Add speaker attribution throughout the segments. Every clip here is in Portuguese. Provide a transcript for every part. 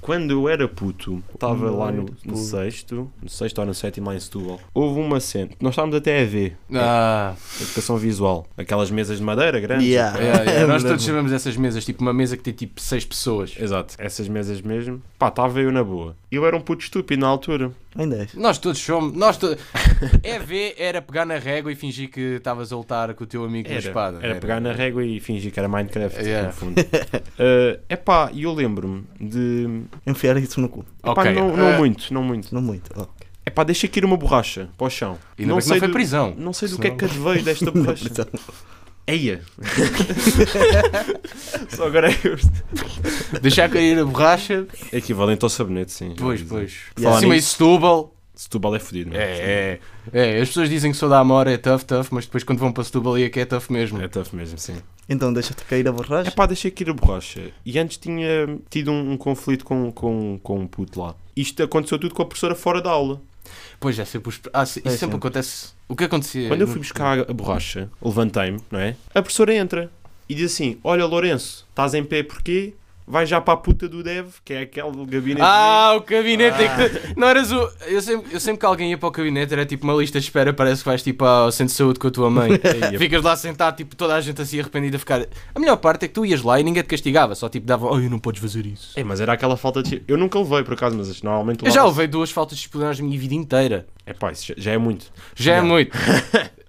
Speaker 1: Quando eu era puto, estava
Speaker 2: Não
Speaker 3: é
Speaker 1: lá
Speaker 2: era
Speaker 1: no,
Speaker 2: puto.
Speaker 1: no sexto, no sexto ou no sétimo lá em Setúbal, houve uma cena, nós estávamos até a ver,
Speaker 3: Ah,
Speaker 1: educação visual, aquelas mesas de madeira grandes.
Speaker 2: Yeah.
Speaker 3: yeah,
Speaker 1: É
Speaker 3: yeah. nós
Speaker 2: Lembro.
Speaker 3: todos chamamos essas mesas, tipo uma mesa que tem tipo seis pessoas.
Speaker 1: Exato, essas mesas mesmo, pá, estava eu na boa. Eu era um puto estúpido na altura.
Speaker 2: Ainda és.
Speaker 3: Nós todos somos. Nós to... EV era pegar na régua e fingir que estavas a lutar com o teu amigo na
Speaker 1: Era,
Speaker 3: espada. né?
Speaker 1: era pegar na régua e fingir que era Minecraft,
Speaker 3: Yeah.
Speaker 1: no fundo. Eh, epá, e eu lembro-me de...
Speaker 2: Enfiar isso no cu.
Speaker 1: Epá,
Speaker 3: Ok.
Speaker 1: não, não
Speaker 3: Eh,
Speaker 1: muito, não muito.
Speaker 2: Não muito. Oh. ó.
Speaker 1: Epá, deixa aqui uma borracha para o chão.
Speaker 3: Ainda bem que não foi
Speaker 1: do-
Speaker 3: prisão.
Speaker 1: Não sei do que é
Speaker 3: Senão-
Speaker 1: que adveio desta borracha.
Speaker 2: Então,
Speaker 1: Eia! Só agora é eu.
Speaker 3: Deixar cair a borracha.
Speaker 1: É Equivalente ao sabonete, sim.
Speaker 3: Pois, pois.
Speaker 1: Falar
Speaker 3: Acima
Speaker 1: nisso.
Speaker 3: isso, Setúbal.
Speaker 1: Setúbal é fodido, meu.
Speaker 3: É, é, é. As pessoas dizem que sou da Amora, é tough, tough, mas depois quando vão para Setúbal e é que é tough mesmo.
Speaker 1: É tough mesmo, sim.
Speaker 2: então deixa-te cair a
Speaker 1: É
Speaker 2: borracha.
Speaker 1: pá, deixei aqui a borracha. E antes tinha tido um, um conflito com, com, com um puto lá. Isto aconteceu tudo com a professora fora da aula.
Speaker 3: Pois é, sempre os... ah, se- isso
Speaker 2: É
Speaker 3: sempre,
Speaker 2: sempre.
Speaker 3: acontece. O que acontecia?
Speaker 1: Quando eu fui buscar a borracha, levantei-me, não é? A professora entra e diz assim: Olha, Lourenço, estás em pé porquê? Vai já para a puta do Dev, que é aquele gabinete.
Speaker 3: Ah, o gabinete é que tu- Não eras o. Eu sempre, eu sempre que alguém ia para o gabinete era tipo uma lista de espera, parece que vais tipo ao centro de saúde com a tua mãe.
Speaker 1: Aí,
Speaker 3: Ficas lá sentado, tipo, toda a gente assim arrependida a ficar. A melhor parte é que tu ias lá e ninguém te castigava, só tipo dava, ai, não podes fazer isso.
Speaker 1: É, mas era aquela falta de. Eu nunca levei por acaso, mas normalmente
Speaker 3: Eu já levei duas faltas disciplinares na minha vida inteira.
Speaker 1: É pá, isso já- já é muito.
Speaker 3: Já é
Speaker 2: Yeah.
Speaker 3: muito.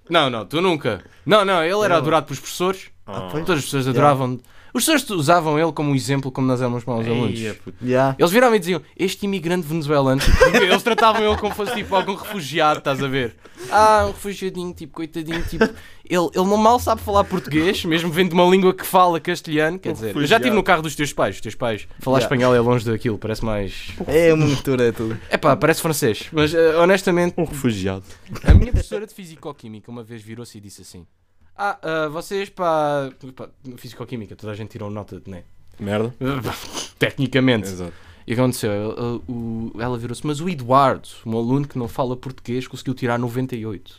Speaker 3: não, não, tu nunca. Não, não, ele era
Speaker 2: Eu-
Speaker 3: adorado pelos professores.
Speaker 1: Ah,
Speaker 2: pois.
Speaker 3: Todas as pessoas
Speaker 2: Yeah.
Speaker 3: adoravam. Os professores usavam ele como um exemplo, como nós éramos maus alunos.
Speaker 1: Eia, puto.
Speaker 2: Já.
Speaker 3: Eles viravam e diziam, este imigrante venezuelano, tipo, eles tratavam ele como fosse tipo algum refugiado, estás a ver? Ah, um refugiadinho, tipo, coitadinho, tipo, ele, ele não mal sabe falar português, mesmo vendo uma língua que fala castelhano, quer
Speaker 1: Um
Speaker 3: dizer, eu já
Speaker 1: refugiado.
Speaker 3: estive no carro dos teus pais, os teus pais, falar
Speaker 2: Yeah.
Speaker 3: espanhol é longe daquilo, parece mais...
Speaker 2: É uma mistura, é tudo.
Speaker 3: Epá, parece francês, mas eh, honestamente,
Speaker 1: Um refugiado.
Speaker 3: a minha professora de Fisicoquímica uma vez virou-se e disse assim, ah, ah, vocês para... Fisicoquímica, toda a gente tirou nota, né?
Speaker 1: Merda.
Speaker 3: Tecnicamente.
Speaker 1: Exato.
Speaker 3: E o que aconteceu? Ela- o- Ela virou-se, mas o Eduardo, um aluno que não fala português, conseguiu tirar 98.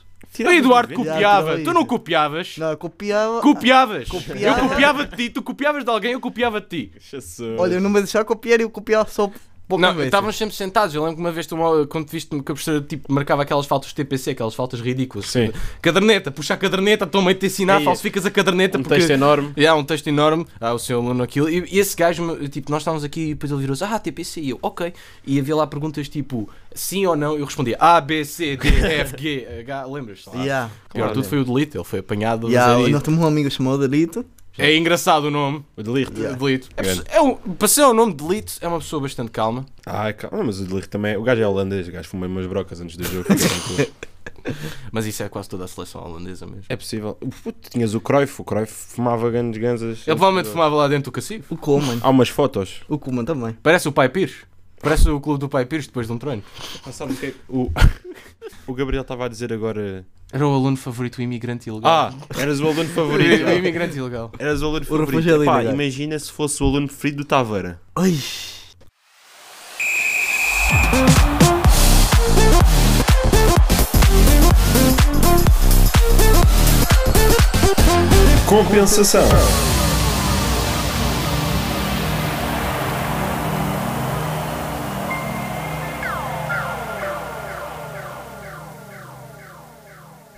Speaker 3: o Eduardo
Speaker 2: vinte.
Speaker 3: copiava,
Speaker 2: Ah, tirou
Speaker 3: tu não
Speaker 2: isso.
Speaker 3: copiavas?
Speaker 2: Não, eu copiava.
Speaker 3: Copiavas!
Speaker 2: Copiava.
Speaker 3: Eu copiava de ti, tu copiavas de alguém, eu copiava de ti.
Speaker 2: Olha, eu não me deixava copiar e eu copiava só pouca
Speaker 3: não,
Speaker 2: vez.
Speaker 3: estávamos sempre sentados. Eu lembro que uma vez tu, quando te viste que a professora tipo, marcava aquelas faltas de TPC, aquelas faltas ridículas.
Speaker 1: Sim.
Speaker 3: Caderneta, puxa a caderneta, estou meio a te ensinar,
Speaker 1: Aí,
Speaker 3: falsificas a caderneta
Speaker 1: Um
Speaker 3: porque.
Speaker 1: texto enorme.
Speaker 3: E há um texto enorme, há o seu aluno aquilo, e, e esse gajo, tipo, nós estávamos aqui e depois ele virou-se, ah, TPC, e eu, ok. E havia lá perguntas tipo, sim ou não, eu respondia A, B, C, D, F, G, H, lembras-te? lá?
Speaker 2: Yeah.
Speaker 3: Pior de tudo foi o delito, ele foi apanhado.
Speaker 2: Yeah,
Speaker 3: azarito.
Speaker 2: nós temos um amigo chamado Delito.
Speaker 3: É engraçado o nome,
Speaker 1: O delirto.
Speaker 2: Yeah.
Speaker 3: delito. É,
Speaker 1: Grande.
Speaker 3: é um, para ser o nome de delito, é uma pessoa bastante calma.
Speaker 1: Ah, calma, mas o delirto também. é- O gajo é holandês, o gajo fumei umas brocas antes do jogo.
Speaker 3: Mas isso é quase toda a seleção holandesa mesmo.
Speaker 1: é possível. Puto, tinhas o Cruyff, o Cruyff fumava grandes ganzas.
Speaker 3: Ele provavelmente fumava lá dentro do cacifo.
Speaker 2: O Coleman.
Speaker 1: Há umas fotos.
Speaker 2: O Coleman também.
Speaker 3: Parece o Pai Pires. Parece o clube do Pai Pires depois de um treino.
Speaker 1: Ah, O, é o Gabriel estava a dizer agora.
Speaker 3: Era o aluno favorito, o imigrante
Speaker 1: Ah,
Speaker 3: ilegal.
Speaker 1: eras o aluno
Speaker 3: o
Speaker 1: favorito.
Speaker 3: imigrante ilegal.
Speaker 1: Eras o aluno
Speaker 2: refugiado
Speaker 1: favorito. Epá,
Speaker 2: ilegal.
Speaker 1: imagina se fosse o aluno preferido do Taveira.
Speaker 2: Ai.
Speaker 1: Compensação.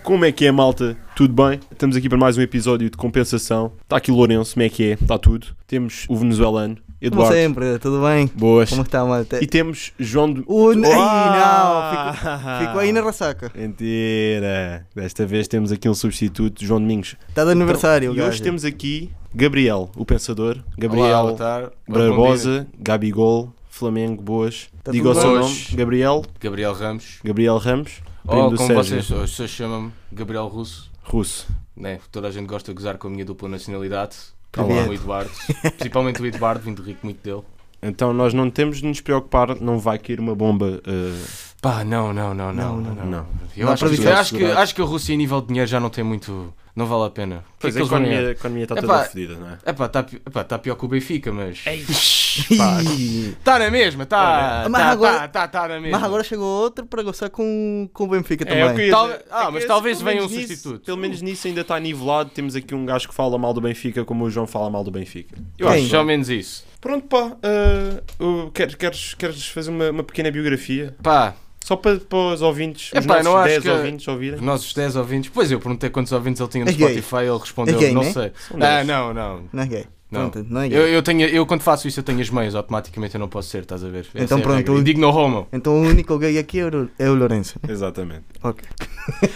Speaker 1: Como é que é, malta? Tudo bem? Estamos aqui para mais um episódio de compensação. Está aqui o Lourenço, como é que é? Está tudo. Temos o venezuelano,
Speaker 2: Como
Speaker 1: Eduardo.
Speaker 2: sempre, tudo bem?
Speaker 1: Boas.
Speaker 2: Como é? está, malta?
Speaker 1: E temos João de...
Speaker 2: O... Ai, não! Ficou,
Speaker 1: Ah!
Speaker 2: ficou aí na ressaca.
Speaker 1: Mentira! Desta vez temos aqui um substituto, João Domingos.
Speaker 2: Está de aniversário,
Speaker 1: Então, E
Speaker 2: gajo.
Speaker 1: hoje temos aqui Gabriel, o pensador.
Speaker 3: Olá,
Speaker 1: Gabriel
Speaker 3: boa tarde. Bom
Speaker 1: Barbosa, Gabigol, Flamengo, Boas.
Speaker 2: Tá
Speaker 1: Diga o
Speaker 2: tudo
Speaker 1: seu
Speaker 3: bem?
Speaker 1: nome. Gabriel,
Speaker 3: dia. Gabriel Ramos.
Speaker 1: Gabriel Ramos, primo
Speaker 3: Ou
Speaker 1: do
Speaker 3: como
Speaker 1: Sérgio,
Speaker 3: Oh, vocês, as pessoas chamam-me Gabriel Russo.
Speaker 1: russo.
Speaker 3: Né? Toda a gente gosta de gozar com a minha dupla nacionalidade.
Speaker 1: Tá
Speaker 2: Olá.
Speaker 3: Como o Eduardo. Principalmente o Eduardo, vindo rico muito dele.
Speaker 1: Então nós não temos de nos preocupar, não vai cair uma bomba.
Speaker 3: é
Speaker 1: eh,
Speaker 3: Pá, não, não, não, não.
Speaker 2: Não,
Speaker 3: não,
Speaker 1: não.
Speaker 3: não. Eu
Speaker 2: Não,
Speaker 3: acho, que,
Speaker 1: previsão
Speaker 3: eu acho, que,
Speaker 1: assegurada.
Speaker 3: acho que a Rússia, a nível de dinheiro, já não tem muito. Não vale a pena. O que
Speaker 1: Pois a
Speaker 3: é que eles vão
Speaker 1: economia,
Speaker 3: ganhar?
Speaker 1: a economia está
Speaker 3: Epá.
Speaker 1: toda fodida, não é?
Speaker 3: Epá, está pi... epá, tá pior que o Benfica, mas.
Speaker 2: Ih.
Speaker 3: Está Tá na mesma, está.
Speaker 2: Mas
Speaker 3: Está
Speaker 2: agora-
Speaker 3: tá, tá, tá na mesma.
Speaker 2: Mas agora chegou outro para gostar com, com o Benfica
Speaker 1: É, eu
Speaker 2: também.
Speaker 1: queria
Speaker 3: Tal-
Speaker 1: dizer-
Speaker 3: ah,
Speaker 1: é que
Speaker 3: mas
Speaker 1: esse,
Speaker 3: talvez
Speaker 1: pelo
Speaker 3: venha
Speaker 1: menos
Speaker 3: um
Speaker 1: nisso-
Speaker 3: substituto.
Speaker 1: Pelo menos nisso ainda está nivelado. Temos aqui um gajo que fala mal do Benfica, como o João fala mal do Benfica.
Speaker 3: Eu
Speaker 2: Quem?
Speaker 3: acho só menos isso.
Speaker 1: Pronto, pá. ah, eu- queres, queres, queres fazer uma, uma pequena biografia?
Speaker 3: Pá,
Speaker 1: Só para, para os ouvintes, os
Speaker 3: Epá, não
Speaker 1: nossos
Speaker 3: acho
Speaker 1: 10
Speaker 3: que-
Speaker 1: ouvintes ouvirem.
Speaker 3: os nossos 10 ouvintes. Pois eu perguntei quantos ouvintes ele tinha no
Speaker 2: É gay.
Speaker 3: Spotify, ele respondeu,
Speaker 2: É gay,
Speaker 3: não
Speaker 2: né?
Speaker 3: sei.
Speaker 1: São
Speaker 3: Ah,
Speaker 1: dez.
Speaker 3: não, não.
Speaker 2: Não é gay.
Speaker 3: Não.
Speaker 2: Pronto, não é gay.
Speaker 3: Eu, eu, tenho, eu quando faço isso eu tenho as meias, automaticamente eu não posso ser, estás a ver? Essa
Speaker 2: Então
Speaker 3: é a
Speaker 2: pronto,
Speaker 3: regra.
Speaker 2: o-
Speaker 3: Indigno homo.
Speaker 2: Então o único gay aqui é o, é o Lourenço.
Speaker 1: Exatamente.
Speaker 2: Ok.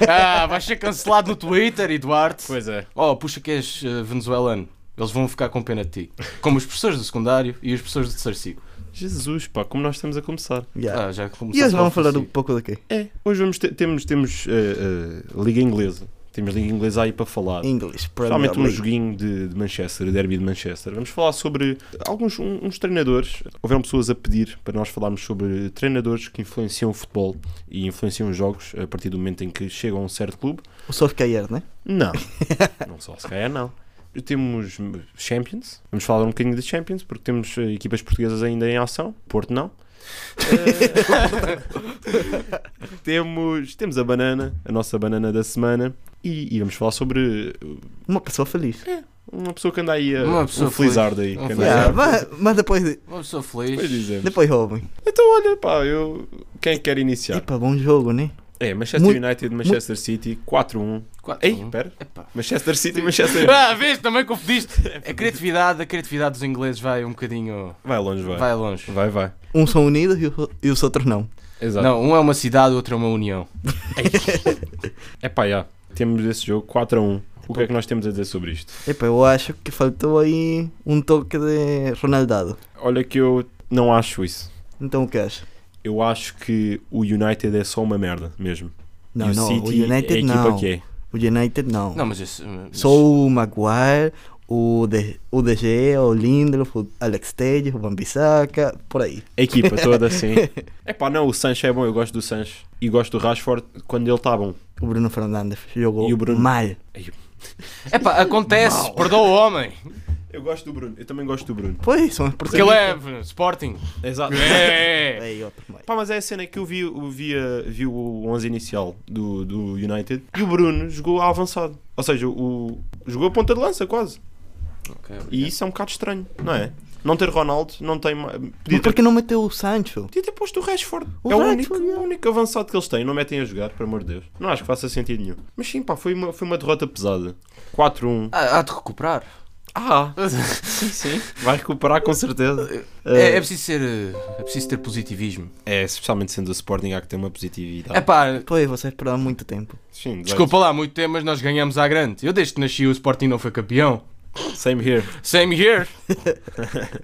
Speaker 3: Ah, vais ser cancelado no Twitter, Eduardo.
Speaker 1: Pois é.
Speaker 3: Oh, puxa que és eh, venezuelano. Eles vão ficar com pena de ti. Como os professores do secundário e os professores do terceiro ciclo.
Speaker 1: Jesus, pá, como nós estamos a começar.
Speaker 2: Yeah.
Speaker 3: Ah, já
Speaker 2: e
Speaker 3: começaste
Speaker 2: hoje
Speaker 3: logo
Speaker 2: vamos falar
Speaker 3: por
Speaker 2: um
Speaker 3: si.
Speaker 2: pouco daqui.
Speaker 1: É, hoje vamos ter- temos, temos eh, eh, Liga Inglesa. Temos Liga Inglesa aí para falar.
Speaker 2: English, Premier
Speaker 1: Principalmente um
Speaker 2: League.
Speaker 1: joguinho de, de Manchester, derby de Manchester. Vamos falar sobre alguns um- uns treinadores. Houveram pessoas a pedir para nós falarmos sobre treinadores que influenciam o futebol e influenciam os jogos a partir do momento em que chegam a um certo clube.
Speaker 2: O Solskjaer, né?
Speaker 1: Não, não só se calhar não. Temos Champions, vamos falar um bocadinho de Champions, porque temos eh, equipas portuguesas ainda em ação, Porto não. Eh, temos, temos a banana, a nossa banana da semana, e, e vamos falar sobre eh,
Speaker 2: Uma pessoa feliz.
Speaker 1: É, uma pessoa que anda aí a
Speaker 3: Uma pessoa
Speaker 1: um felizardo aí.
Speaker 3: Um
Speaker 1: que anda aí a-
Speaker 2: Yeah, mas, mas depois,
Speaker 3: Uma pessoa
Speaker 1: Pois é,
Speaker 3: feliz.
Speaker 1: dizemos.
Speaker 2: depois roubem.
Speaker 1: Então olha, pá, eu, quem é quer iniciar?
Speaker 2: Epa, bom jogo, né?
Speaker 1: É, Manchester
Speaker 2: Muito-
Speaker 1: United, Manchester City, 4-1.
Speaker 3: Quatro,
Speaker 1: Ei,
Speaker 3: um.
Speaker 1: espera,
Speaker 3: Epá.
Speaker 1: Manchester City, Manchester
Speaker 3: Ah, vês, também confundiste. A criatividade, a criatividade dos ingleses vai um bocadinho...
Speaker 1: Vai longe, vai. Vai,
Speaker 3: Vai longe.
Speaker 1: vai.
Speaker 2: Uns são unidos e, o- e os outros não.
Speaker 1: Exato.
Speaker 3: Não, um é uma cidade, o outro é uma união.
Speaker 1: É pá, já. Temos esse jogo 4 a 1. O que é que nós temos a dizer sobre isto?
Speaker 2: Epa, eu acho que faltou aí um toque de Ronaldado.
Speaker 1: Olha que eu não acho isso.
Speaker 2: Então o que acha?
Speaker 1: Eu acho que o United é só uma merda mesmo.
Speaker 2: Não,
Speaker 1: e o
Speaker 2: não,
Speaker 1: City
Speaker 2: o United
Speaker 1: é a equipa
Speaker 2: não.
Speaker 1: que é.
Speaker 2: O United não.
Speaker 3: Não, mas esse... mas-
Speaker 2: Só o Maguire, o, de, o DG, o Lindelof, o Alex Telles, o Bambisaka, por aí.
Speaker 1: A equipa toda assim. É pá, não, o Sancho é bom, eu gosto do Sancho. E gosto do Rashford quando ele está bom.
Speaker 2: O Bruno Fernandes jogou
Speaker 1: E o Bruno?
Speaker 2: mal.
Speaker 3: Epá, acontece. Perdoa o homem.
Speaker 1: Eu gosto do Bruno, eu também gosto do Bruno.
Speaker 2: Pois, são as
Speaker 3: Porque ele é Sporting.
Speaker 1: Exato.
Speaker 3: É.
Speaker 2: Aí, outro mais.
Speaker 1: Pá, mas é a cena que eu vi, eu vi, a- vi o 11 inicial do, do United e o Bruno jogou a avançado. Ou seja, o, jogou a ponta de lança quase. E isso é um bocado estranho, não é? Não ter Ronaldo, não tem. ma- Podia
Speaker 2: Mas
Speaker 1: ter,
Speaker 2: por que não meteu o Sancho?
Speaker 1: podia ter posto o Rashford.
Speaker 2: O
Speaker 1: é o, único,
Speaker 2: Rashford, é.
Speaker 1: o único avançado que eles têm. Não metem a jogar, pelo amor de Deus. Não acho que faça sentido nenhum. Mas sim, pá, foi uma, foi uma derrota pesada. 4-1.
Speaker 3: Ah, Há de recuperar.
Speaker 1: Ah,
Speaker 2: Eh.
Speaker 1: sim, sim. Vai recuperar com certeza.
Speaker 3: É, é
Speaker 1: Eh,
Speaker 3: preciso ser. eh, É preciso ter positivismo.
Speaker 1: é, especialmente sendo o Sporting, há que ter uma positividade.
Speaker 3: É pá,
Speaker 2: Pois, você esperava muito tempo.
Speaker 1: Sim,
Speaker 3: desculpa lá, muito tempo, mas nós ganhamos à grande. Eu desde que nasci o Sporting não foi campeão.
Speaker 1: Same here.
Speaker 3: Same here.
Speaker 1: Pá,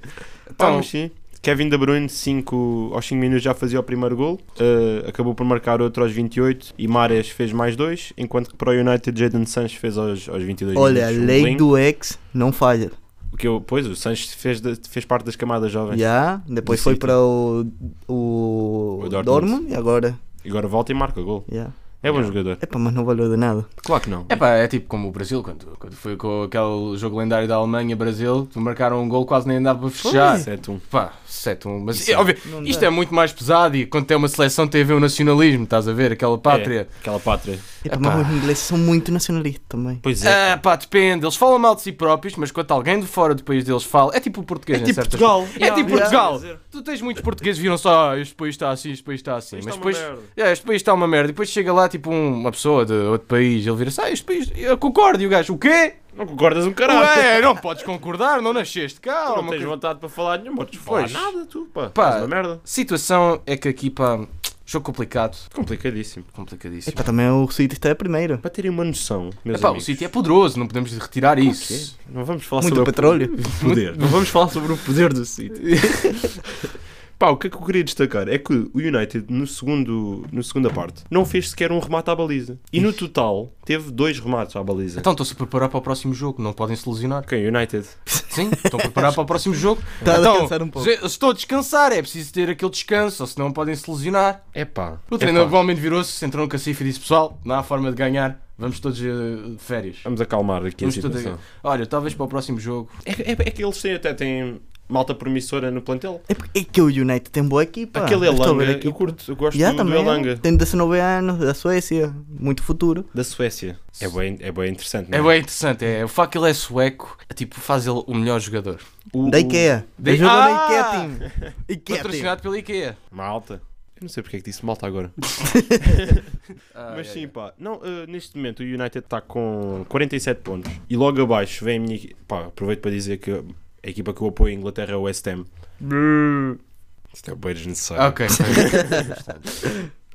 Speaker 3: Então,
Speaker 1: mas sim. Kevin De Bruyne, cinco, aos 5 minutos já fazia o primeiro gol, eh, acabou por marcar outro aos 28 e Mares fez mais dois, enquanto que para o United Jadon Sancho fez aos, aos 22
Speaker 2: Olha, a
Speaker 1: minutos. um
Speaker 2: lei
Speaker 1: bling.
Speaker 2: do ex não falha.
Speaker 1: O que eu, pois, o Sancho fez, da- fez parte das camadas jovens.
Speaker 2: Já, depois
Speaker 1: Do
Speaker 2: foi
Speaker 1: City.
Speaker 2: para o, o,
Speaker 1: O Dortmund.
Speaker 2: Dortmund. e agora.
Speaker 1: E Agora volta e marca gol.
Speaker 2: já.
Speaker 1: É bom jogador.
Speaker 2: Epá, mas não valeu de nada.
Speaker 1: Claro que não.
Speaker 3: é pá, é tipo como o Brasil, quando, quando foi com aquele jogo lendário da Alemanha-Brasil, marcaram um gol quase nem dava para fechar.
Speaker 1: Certo, um.
Speaker 3: Pá, 7-1. Mas
Speaker 1: Isso é-
Speaker 3: é óbvio,
Speaker 2: Não
Speaker 3: isto
Speaker 2: dá.
Speaker 3: é muito mais pesado e quando tem uma seleção tem a ver o nacionalismo, estás a ver? Aquela pátria.
Speaker 1: É, aquela pátria.
Speaker 2: Epá,
Speaker 3: Epá.
Speaker 2: mas os ingleses são muito nacionalistas também.
Speaker 1: Pois é.
Speaker 3: Ah, pá, depende. Eles falam mal de si próprios, mas quando alguém de fora do país deles fala, é tipo o português, em certas- É
Speaker 1: Yeah,
Speaker 3: tipo
Speaker 1: yeah.
Speaker 3: Portugal.
Speaker 1: Yeah.
Speaker 3: Tu tens muitos portugueses que viram só, "Ah, este país está assim, este país está assim.
Speaker 1: Isto
Speaker 3: mas
Speaker 1: é uma
Speaker 3: depois,
Speaker 1: merda.
Speaker 3: "É, este país está uma merda. E depois chega lá, tipo, um- uma pessoa de outro país, ele vira-se, ah, este país, eu concordo. E o gajo, o quê?
Speaker 1: Não concordas um caralho.
Speaker 3: Ué, não podes concordar, não nasceste cá.
Speaker 1: Tu
Speaker 3: ou
Speaker 1: não
Speaker 3: uma
Speaker 1: tens
Speaker 3: coisa."
Speaker 1: vontade para falar nenhum, podes falar
Speaker 3: Pois.
Speaker 1: nada, tu, pá.
Speaker 3: Pá.
Speaker 1: Pá. Uma merda.
Speaker 3: Situação é que aqui, pá, jogo complicado.
Speaker 1: Complicadíssimo.
Speaker 3: Complicadíssimo.
Speaker 2: Epá, também o City está a primeira.
Speaker 1: Para terem uma noção, meus
Speaker 3: Epá, o
Speaker 1: amigos.
Speaker 3: sítio é poderoso, não podemos retirar isso.
Speaker 1: Não vamos falar
Speaker 2: Muito
Speaker 1: sobre o
Speaker 2: petróleo.
Speaker 1: poder. Não vamos falar sobre o poder do City. Pá, o que é que eu queria destacar é que o United, no segundo, no segunda parte, não fez sequer um remate à baliza. E no total, teve dois remates à baliza.
Speaker 3: Então estão-se a preparar para o próximo jogo, não podem se lesionar.
Speaker 1: Ok, United.
Speaker 3: Sim, estão a preparar para o próximo jogo.
Speaker 2: Tá a
Speaker 3: então,
Speaker 2: descansar um pouco.
Speaker 3: se- se Estou a descansar, é preciso ter aquele descanso, ou senão podem se lesionar.
Speaker 1: É pá.
Speaker 3: O treinador provavelmente virou-se, entrou no cacife e disse: Pessoal, não há forma de ganhar, vamos todos eh, de férias.
Speaker 1: Vamos acalmar aqui
Speaker 3: Vamos
Speaker 1: a
Speaker 3: todos a-
Speaker 1: situação.
Speaker 3: Olha, talvez para o próximo jogo.
Speaker 1: É, é- é que eles têm até têm malta promissora no plantel.
Speaker 2: É, porque- é que o United tem boa equipa.
Speaker 1: Aquele é
Speaker 2: Eu estou a ver
Speaker 1: Elanga,
Speaker 2: aqui.
Speaker 1: eu curto, eu gosto
Speaker 2: Yeah,
Speaker 1: do, do
Speaker 2: também. é.
Speaker 1: Elanga.
Speaker 2: Tem 19 anos, da Suécia, muito futuro.
Speaker 1: Da Suécia. É bem, é bem interessante, não
Speaker 3: É bem interessante, é. O facto que ele é sueco, tipo, faz ele o melhor jogador.
Speaker 1: O-
Speaker 2: Da IKEA.
Speaker 3: Da-
Speaker 2: Da... Jogou
Speaker 3: Ah!
Speaker 2: na IKEA Team. IKEA Team.
Speaker 3: Patrocinado pela IKEA.
Speaker 1: o- Malta. Eu não sei porque é que disse malta agora.
Speaker 3: Ah,
Speaker 1: Mas
Speaker 3: é,
Speaker 1: sim, pá. Não, eh, neste momento o United está com 47 pontos. E logo abaixo vem a minha... equi- Pá, aproveito para dizer que a equipa que eu apoio em Inglaterra é o West Ham. Isto é bem
Speaker 3: é.
Speaker 1: desnecessário.
Speaker 3: Ok.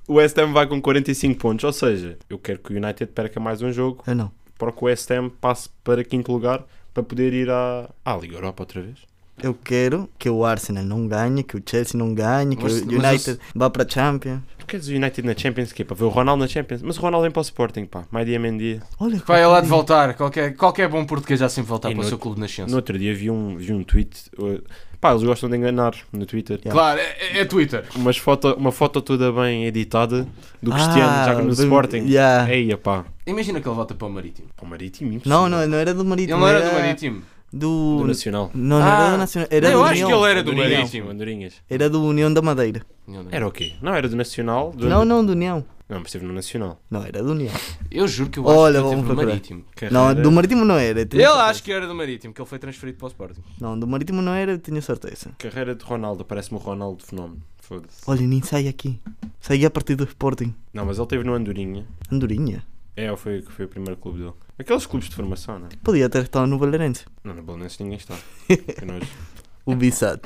Speaker 1: O West Ham vai com 45 pontos. Ou seja, eu quero que o United perca mais um jogo
Speaker 2: Eu não.
Speaker 1: para que o West Ham passe para quinto lugar para poder ir à, à Liga Europa outra vez.
Speaker 2: Eu quero que o Arsenal não ganhe, que o Chelsea não ganhe, que
Speaker 3: Mas-
Speaker 2: o
Speaker 3: mas
Speaker 2: United vá para a Champions.
Speaker 1: Tu queres o United na Champions que é para ver o Ronaldo na Champions? Mas o Ronaldo vem para o Sporting, pá. Mais dia, menos dia.
Speaker 2: Olha,
Speaker 3: Vai
Speaker 2: que
Speaker 3: lá de
Speaker 2: tem.
Speaker 3: voltar. Qualquer, qualquer bom português já sempre voltar
Speaker 1: E
Speaker 3: para o
Speaker 1: no-
Speaker 3: seu clube de nascença.
Speaker 1: No outro dia vi um, vi um tweet. uh, Pá, eles gostam de enganar no Twitter.
Speaker 3: Claro, é, é Twitter.
Speaker 1: Umas foto, uma foto toda bem editada do Cristiano, já no
Speaker 2: Ah, do-
Speaker 1: Sporting.
Speaker 2: yeah.
Speaker 1: Eia, pá.
Speaker 3: Imagina que ele volta para o Marítimo.
Speaker 1: Para o Marítimo, impossível.
Speaker 2: Não, não, não era do
Speaker 3: Ele
Speaker 2: Marítimo.
Speaker 3: não era do Marítimo.
Speaker 2: do-
Speaker 1: Do Nacional. É
Speaker 2: Não, não
Speaker 3: Ah.
Speaker 2: era do Nacional. Era
Speaker 3: Não,
Speaker 2: do
Speaker 3: eu acho
Speaker 2: União.
Speaker 3: que ele era do
Speaker 1: Andorinhas,
Speaker 3: Marítimo.
Speaker 1: Andorinhas.
Speaker 2: Era do União da Madeira.
Speaker 1: Era o quê? Não, era do Nacional. do-
Speaker 2: Não, não, do União.
Speaker 1: Não, mas esteve no Nacional.
Speaker 2: Não, era do União.
Speaker 3: Eu juro que eu acho
Speaker 2: Olha,
Speaker 3: que ele
Speaker 2: vamos
Speaker 3: teve no
Speaker 2: procurar.
Speaker 3: Marítimo.
Speaker 2: Não,
Speaker 1: Carreira-
Speaker 2: do Marítimo não era. eu tenho
Speaker 3: Eu
Speaker 2: certeza.
Speaker 3: acho que era do Marítimo, que ele foi transferido para o Sporting.
Speaker 2: Não, do Marítimo não era, eu tenho certeza.
Speaker 1: Carreira de Ronaldo, parece-me o Ronaldo Fenómeno. Foda-se.
Speaker 2: Olha, nem sai aqui. Sai a partir do Sporting.
Speaker 1: Não, mas ele teve no Andorinha.
Speaker 2: Andorinha.
Speaker 1: É, ou foi, foi o primeiro clube dele. Aqueles clubes de formação, não é?
Speaker 2: Podia ter estado no Valerense.
Speaker 1: Não, no Belenenses ninguém está. Que nojo.
Speaker 2: O Bissat.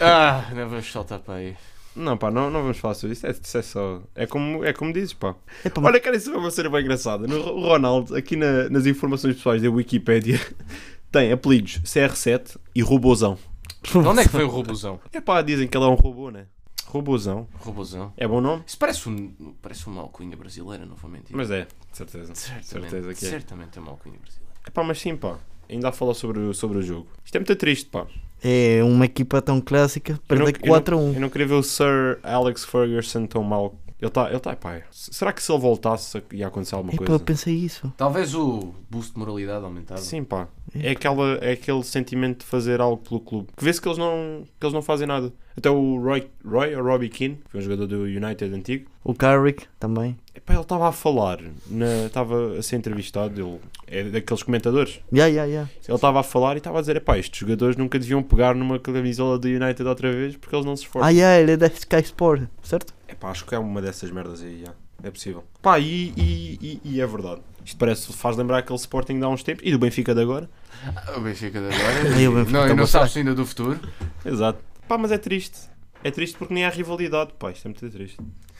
Speaker 3: Ah, não vamos saltar para aí.
Speaker 1: Não, pá, não, não vamos falar sobre isso. É, isso é só. É como, é como dizes, pá.
Speaker 2: Epa,
Speaker 1: Olha, querem saber uma cena bem engraçada. No, o Ronaldo, aqui na- nas informações pessoais da Wikipédia, tem apelidos CR7 e Robozão.
Speaker 3: De onde é que foi o Robozão?
Speaker 1: É pá, dizem que ele é um robô, né? Robozão.
Speaker 3: Robozão.
Speaker 1: É bom nome?
Speaker 3: Isso parece, um, parece uma alcunha brasileira, não vou mentir.
Speaker 1: Mas é, de certeza.
Speaker 3: certamente,
Speaker 1: certeza que é.
Speaker 3: certamente é uma alcunha brasileira.
Speaker 1: É pá, mas sim, pá. Ainda a falar sobre, o- sobre o jogo. Isto é muito triste, pá.
Speaker 2: É uma equipa tão clássica.
Speaker 1: Eu não-
Speaker 2: Perder
Speaker 1: eu não-
Speaker 2: 4 a 1.
Speaker 1: Eu não queria ver o Sir Alex Ferguson tão mal. Ele está, ele tá, pá. Será que se ele voltasse ia acontecer alguma
Speaker 2: Epa, eu
Speaker 1: coisa?
Speaker 2: pensei isso.
Speaker 3: Talvez o boost de moralidade aumentado.
Speaker 1: Sim, pá. É, aquela, é aquele sentimento de fazer algo pelo clube. Que vê-se que eles não, que eles não fazem nada. Até o Roy, Roy ou Robbie Keane, que foi um jogador do United antigo.
Speaker 2: O Carrick também.
Speaker 1: Epá, ele estava a falar, na- estava a ser entrevistado, ele é daqueles comentadores.
Speaker 2: Ya, ya, ya.
Speaker 1: Ele estava a falar e estava a dizer: epá, estes jogadores nunca deviam pegar numa camisola do United outra vez porque eles não se esforçam.
Speaker 2: Ah, ya, ele é da Sky Sport, certo?
Speaker 1: Epá, acho que é uma dessas merdas aí, já. é possível. Pá, e, e, e- e é verdade. Isto parece, faz lembrar aquele Sporting de há uns tempos e do Benfica de agora.
Speaker 3: Ah, O Benfica de
Speaker 2: Aí o Benfica
Speaker 3: não,
Speaker 2: tá
Speaker 3: e não
Speaker 2: bom.
Speaker 3: sabes ainda do futuro.
Speaker 1: Exato. Pá, mas é triste. É triste porque nem há rivalidade, pá, isto é muito triste.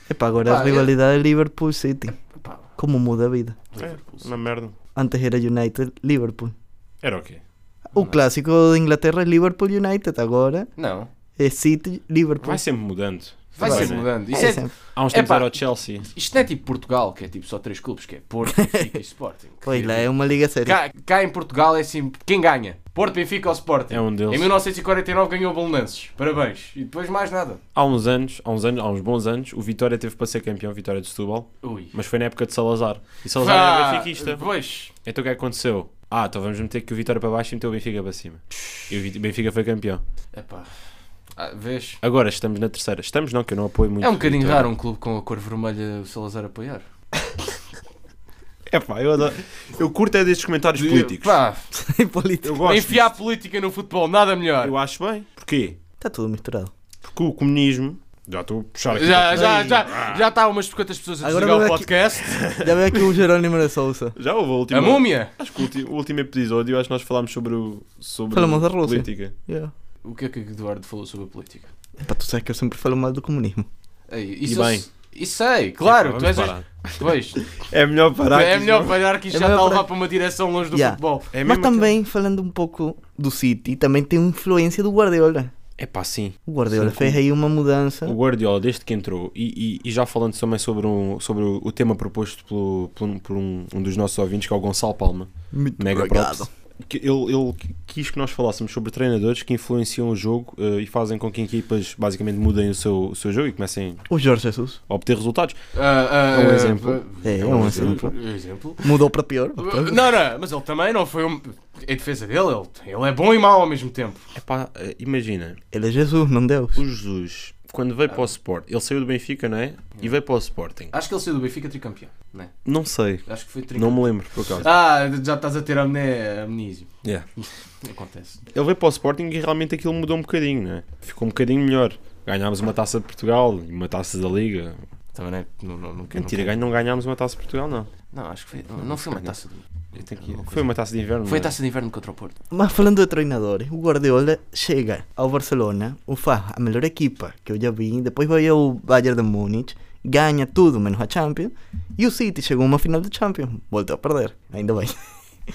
Speaker 2: Epa, agora
Speaker 3: Ah,
Speaker 2: a
Speaker 3: é.
Speaker 2: rivalidade é Liverpool City.
Speaker 3: Pá,
Speaker 2: Como muda a vida.
Speaker 3: Liverpool.
Speaker 1: Uma merda.
Speaker 2: Antes era United, Liverpool.
Speaker 1: Era o quê?
Speaker 2: O clássico de Inglaterra é Liverpool United. Agora
Speaker 3: Não.
Speaker 2: é City, Liverpool.
Speaker 1: Vai sempre mudando.
Speaker 3: Vai
Speaker 1: Vai,
Speaker 3: ser
Speaker 1: né?
Speaker 3: mudando. Isso
Speaker 2: É
Speaker 3: é-
Speaker 2: sempre.
Speaker 1: Há uns tempos
Speaker 3: Epá.
Speaker 1: era o Chelsea.
Speaker 3: isto não é tipo Portugal, que é tipo só três clubes, que é Porto, Benfica e Sporting.
Speaker 2: Pois lá, é uma liga séria.
Speaker 3: cá, cá em Portugal é assim, quem ganha? Porto, Benfica ou Sporting?
Speaker 1: É um
Speaker 3: Em
Speaker 1: deles.
Speaker 3: 1949 ganhou o Belenenses. Parabéns. E depois mais nada.
Speaker 1: Há uns anos, há uns anos, há uns bons anos, o Vitória teve para ser campeão, Vitória de Setúbal,
Speaker 3: Ui.
Speaker 1: mas foi na época de Salazar. E Salazar
Speaker 3: Ah,
Speaker 1: era benfiquista.
Speaker 3: Pois.
Speaker 1: Então o que é que aconteceu? Ah, então vamos meter que o Vitória para baixo e meter o Benfica para cima. E o Vit- Benfica foi campeão.
Speaker 3: Epá. Ah, vês?
Speaker 1: Agora estamos na terceira. Estamos não, que eu não apoio muito.
Speaker 3: É um bocadinho
Speaker 1: Vitória.
Speaker 3: raro um clube com a cor vermelha o Salazar apoiar.
Speaker 1: É pá, eu, adoro- eu curto é destes comentários políticos.
Speaker 3: Pá,
Speaker 2: Em política.
Speaker 1: Eu gosto.
Speaker 3: enfiar política no futebol, nada melhor.
Speaker 1: Eu acho bem. Porquê?
Speaker 2: Está tudo misturado.
Speaker 1: Porque o comunismo. Já estou a puxar aqui.
Speaker 3: Já, já, já, já está umas 50 pessoas a
Speaker 2: Agora
Speaker 3: desligar o
Speaker 2: vou aqui-
Speaker 3: podcast.
Speaker 2: Já veio aqui o Jerónimo de Souza.
Speaker 1: Já houve a última.
Speaker 3: A múmia.
Speaker 1: Acho que o, ulti- o último episódio, acho que nós falámos sobre o. Sobre
Speaker 2: Falamos da Rússia.
Speaker 1: política.
Speaker 2: Yeah.
Speaker 3: O que é que o Eduardo falou sobre a política?
Speaker 2: Epa, tu sabes que eu sempre falo mal do comunismo.
Speaker 3: Ei, Isso
Speaker 1: E
Speaker 3: eu
Speaker 1: bem.
Speaker 3: se- Isso sei, claro.
Speaker 1: Epá,
Speaker 3: tu
Speaker 1: vamos
Speaker 3: és-
Speaker 1: parar.
Speaker 3: Pois,
Speaker 1: É melhor parar.
Speaker 3: é
Speaker 1: que
Speaker 3: melhor
Speaker 1: senão-
Speaker 3: parar que isto
Speaker 2: É
Speaker 3: já
Speaker 2: melhor
Speaker 3: está a levar
Speaker 2: parar.
Speaker 3: para uma direção longe do
Speaker 2: Yeah.
Speaker 3: futebol.
Speaker 1: É
Speaker 2: Mas
Speaker 1: mesmo
Speaker 2: também, falando um pouco do City, também tem influência do Guardiola.
Speaker 1: É pá, sim.
Speaker 2: O Guardiola
Speaker 1: Sim,
Speaker 2: fez aí uma mudança.
Speaker 1: O Guardiola, desde que entrou, e, e- e já falando também sobre, um, sobre o o tema proposto pelo, por, um, por um- um dos nossos ouvintes, que é o Gonçalo Palma,
Speaker 2: Muito
Speaker 1: mega props, que ele, ele quis que nós falássemos sobre treinadores que influenciam o jogo eh, e fazem com que equipas basicamente mudem o seu, o seu jogo e comecem
Speaker 2: O Jorge Jesus.
Speaker 1: a obter resultados.
Speaker 3: Ah, ah,
Speaker 1: É um
Speaker 3: ah,
Speaker 1: exemplo.
Speaker 2: É, é um exemplo.
Speaker 3: Um exemplo.
Speaker 2: Mudou para pior.
Speaker 3: Não, não, mas ele também não foi um. Em defesa dele, ele, ele é bom e mau ao mesmo tempo.
Speaker 1: Epá, eh, imagina,
Speaker 2: Ele é Jesus, não Deus.
Speaker 1: o Jesus, quando veio para o Sport, ele saiu do Benfica, não é? E veio para o Sporting.
Speaker 3: Acho que ele saiu do Benfica tricampeão, não é?
Speaker 1: Não sei,
Speaker 3: Acho que foi
Speaker 1: não
Speaker 3: tricampeão.
Speaker 1: me lembro por acaso.
Speaker 3: Ah, já estás a ter amné- amnésia.
Speaker 1: Yeah.
Speaker 3: Acontece.
Speaker 1: Ele veio para o Sporting e realmente aquilo mudou um bocadinho, né? Ficou um bocadinho melhor. Ganhámos uma taça de Portugal e uma taça da Liga.
Speaker 3: Também não é. Não, não, nunca,
Speaker 1: Mentira,
Speaker 3: nunca-
Speaker 1: ganho- não ganhámos uma taça de Portugal, não.
Speaker 3: Não, acho que foi. Não, não foi uma taça de.
Speaker 1: Eu tenho que
Speaker 3: Uma
Speaker 1: Foi
Speaker 3: coisa-
Speaker 1: uma taça de inverno.
Speaker 3: Foi a
Speaker 1: não é?
Speaker 3: taça de inverno contra o Porto.
Speaker 2: Mas falando de treinadores, o Guardiola chega ao Barcelona, o faz a melhor equipa que eu já vi, depois vai ao Bayern de Múnich, ganha tudo menos a Champions, e o City chegou a uma final de Champions, voltou a perder, ainda bem.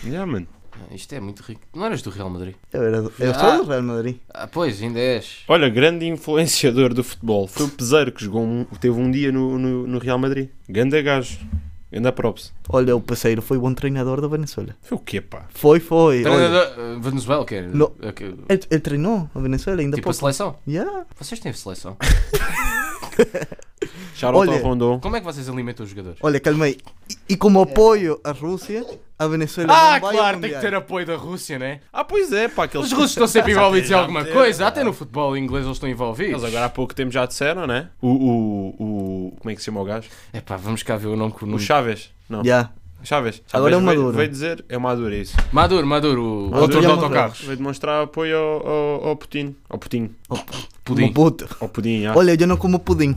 Speaker 1: Yeah, mano.
Speaker 3: Ah, isto é muito rico. Não eras do Real Madrid?
Speaker 2: Eu, era, eu
Speaker 3: Ah.
Speaker 2: sou do Real Madrid.
Speaker 3: Ah, pois, ainda és.
Speaker 1: Olha, grande influenciador do futebol. Foi o Peseiro que jogou um- teve um dia no, no, no Real Madrid. Ganda gajo. Ganda props.
Speaker 2: Olha, o Peseiro foi bom treinador da Venezuela.
Speaker 1: Foi o quê, pá?
Speaker 2: Foi, foi. Olha,
Speaker 3: Treinador, ah, Venezuela, que é?
Speaker 2: Não.
Speaker 3: é que-
Speaker 2: ele, ele treinou a Venezuela ainda
Speaker 3: Tipo a
Speaker 2: pouco.
Speaker 3: seleção?
Speaker 2: Yeah.
Speaker 3: Vocês têm seleção?
Speaker 1: Charlotte
Speaker 2: Olha.
Speaker 1: Rondon.
Speaker 3: Como é que vocês alimentam os jogadores?
Speaker 2: Olha, calma aí. E, e como apoio à Rússia, a Venezuela
Speaker 3: Ah,
Speaker 2: não vai um ao
Speaker 3: claro, tem que
Speaker 2: Mundial.
Speaker 3: ter apoio da Rússia, né?
Speaker 1: Ah, pois é, pá. Aqueles
Speaker 3: Os russos estão sempre envolvidos em alguma coisa, até no futebol inglês eles estão envolvidos.
Speaker 1: Eles agora há pouco tempo já disseram, né? O, o, o. Como é que se chama o gajo?
Speaker 3: Epá, vamos cá ver o nome que o
Speaker 1: O
Speaker 3: nome.
Speaker 1: Chaves.
Speaker 3: um
Speaker 1: Não.
Speaker 2: Yeah.
Speaker 1: Chaves. Chaves
Speaker 2: Agora é o
Speaker 1: veio-
Speaker 2: Maduro.
Speaker 1: Veio dizer. É o Maduro, é isso.
Speaker 3: Maduro, Maduro, o
Speaker 1: Maduro.
Speaker 3: autor de
Speaker 1: Guilherme
Speaker 3: autocarros.
Speaker 1: Vai demonstrar apoio ao, ao, ao Putin. Ao Putin.
Speaker 3: Pudim.
Speaker 2: Como puto.
Speaker 1: Ao Pudim, ah.
Speaker 2: Olha, eu não como pudim.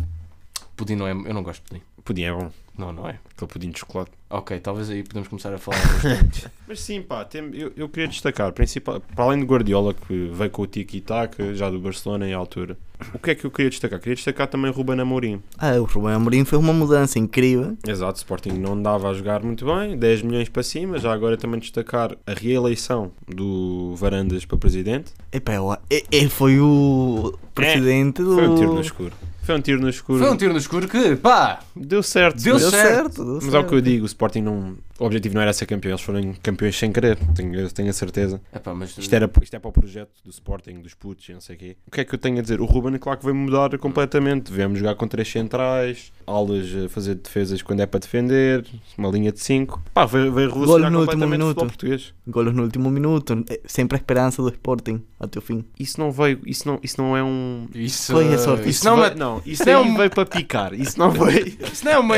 Speaker 3: Pudim não é. Eu não gosto de pudim.
Speaker 1: Pudim é bom.
Speaker 3: Não, não é.
Speaker 1: Aquele pudim de chocolate.
Speaker 3: Ok, talvez aí podemos começar a falar. dos pudim.
Speaker 1: Mas sim, pá, tem- eu, eu queria destacar, principal, para além do Guardiola, que veio com o Tiki Taka, já do Barcelona em altura, o que é que eu queria destacar? Queria destacar também Ruben Amorim.
Speaker 2: Ah, o Rubén Amorim foi uma mudança incrível.
Speaker 1: Exato, Sporting não dava a jogar muito bem, 10 milhões para cima, já agora também destacar a reeleição do Varandas para presidente.
Speaker 2: Epá, eu- e- ele foi o presidente
Speaker 3: É,
Speaker 2: do.
Speaker 1: Foi um tiro no escuro. Foi um tiro no escuro.
Speaker 3: Foi um tiro no escuro que, pá,
Speaker 1: Deu certo.
Speaker 3: Deu
Speaker 1: mas-
Speaker 2: Deu
Speaker 3: certo.
Speaker 2: certo. deu
Speaker 1: Mas é o que eu
Speaker 2: certo.
Speaker 1: digo, o Sporting não. O objetivo não era ser campeão, eles foram campeões sem querer, tenho, tenho a certeza.
Speaker 3: Epá, mas
Speaker 1: Isto, era, isto é para o projeto do Sporting, dos putos, e não sei o quê. O que é que eu tenho a dizer? O Ruben, claro que veio mudar completamente. Vemos jogar com três centrais, aulas a fazer defesas quando é para defender, uma linha de 5. Pá, veio, veio revolucionar
Speaker 2: no último
Speaker 1: completamente o
Speaker 2: minuto.
Speaker 1: futebol português.
Speaker 2: Golos no último minuto. eh, Sempre a esperança do Sporting até o fim.
Speaker 1: Isso não veio, isso não, isso não é um...
Speaker 3: Isso,
Speaker 2: Foi a sorte.
Speaker 3: Isso não, é
Speaker 1: veio,
Speaker 3: uma-
Speaker 1: não, isso
Speaker 3: não é
Speaker 1: aí
Speaker 3: um-
Speaker 1: veio para picar. Isso não veio.
Speaker 3: isso não é uma,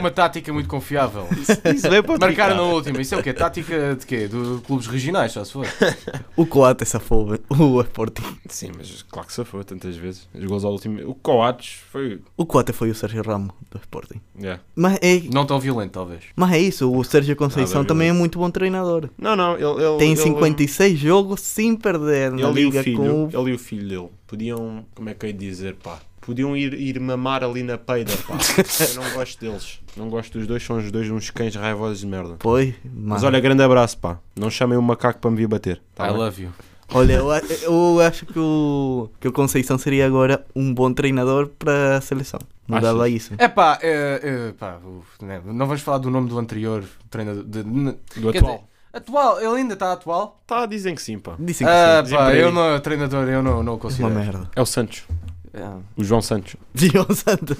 Speaker 3: uma tática muito confiável.
Speaker 1: Isso veio para
Speaker 3: Marcaram na
Speaker 1: picar.
Speaker 3: última. Isso é o quê? Tática de quê? De clubes regionais, só se for.
Speaker 2: O Coate safou bem, o Sporting.
Speaker 1: Sim, mas claro que safou tantas vezes. Os gols ao último... O Coates foi...
Speaker 2: O Coate foi o Sérgio Ramos do Sporting.
Speaker 1: Yeah.
Speaker 2: Mas é,
Speaker 3: Não tão violento, talvez.
Speaker 2: mas é isso. O Sérgio Conceição
Speaker 1: violento.
Speaker 2: também é muito bom treinador.
Speaker 1: Não, não, ele... ele
Speaker 2: Tem
Speaker 1: ele-
Speaker 2: 56 jogos sem perder na
Speaker 1: Ele e, o
Speaker 2: liga com
Speaker 1: filho,
Speaker 2: o
Speaker 1: ele e o filho dele podiam, como é que eu ia dizer, pá? Podiam ir, ir mamar ali na peida, pá. eu não gosto deles. Não gosto dos dois, são os dois uns cães raivosos de merda.
Speaker 2: Pois,
Speaker 1: Mas
Speaker 2: mas
Speaker 1: olha, grande abraço, pá. Não chamem o macaco para me vir bater. tá
Speaker 3: I
Speaker 1: bem?
Speaker 3: love you.
Speaker 2: olha, eu, a- eu acho que o, que o Conceição seria agora um bom treinador para a seleção. Mudava
Speaker 1: Achas?
Speaker 2: isso.
Speaker 3: É pá, é, é, pá uf, né, não vamos falar do nome do anterior treinador. De, n-
Speaker 1: Do
Speaker 3: quer
Speaker 1: atual.
Speaker 3: dizer, atual, ele ainda está atual?
Speaker 1: Tá, dizem que sim, pá.
Speaker 2: Dizem que
Speaker 3: Ah,
Speaker 1: sim.
Speaker 3: pá,
Speaker 1: Desemprego.
Speaker 3: eu não, treinador, eu não, não o
Speaker 2: sim. Uma
Speaker 3: considero.
Speaker 2: merda.
Speaker 1: É o Santos.
Speaker 3: Ah,
Speaker 1: O João Santos.
Speaker 2: Diogo Santos.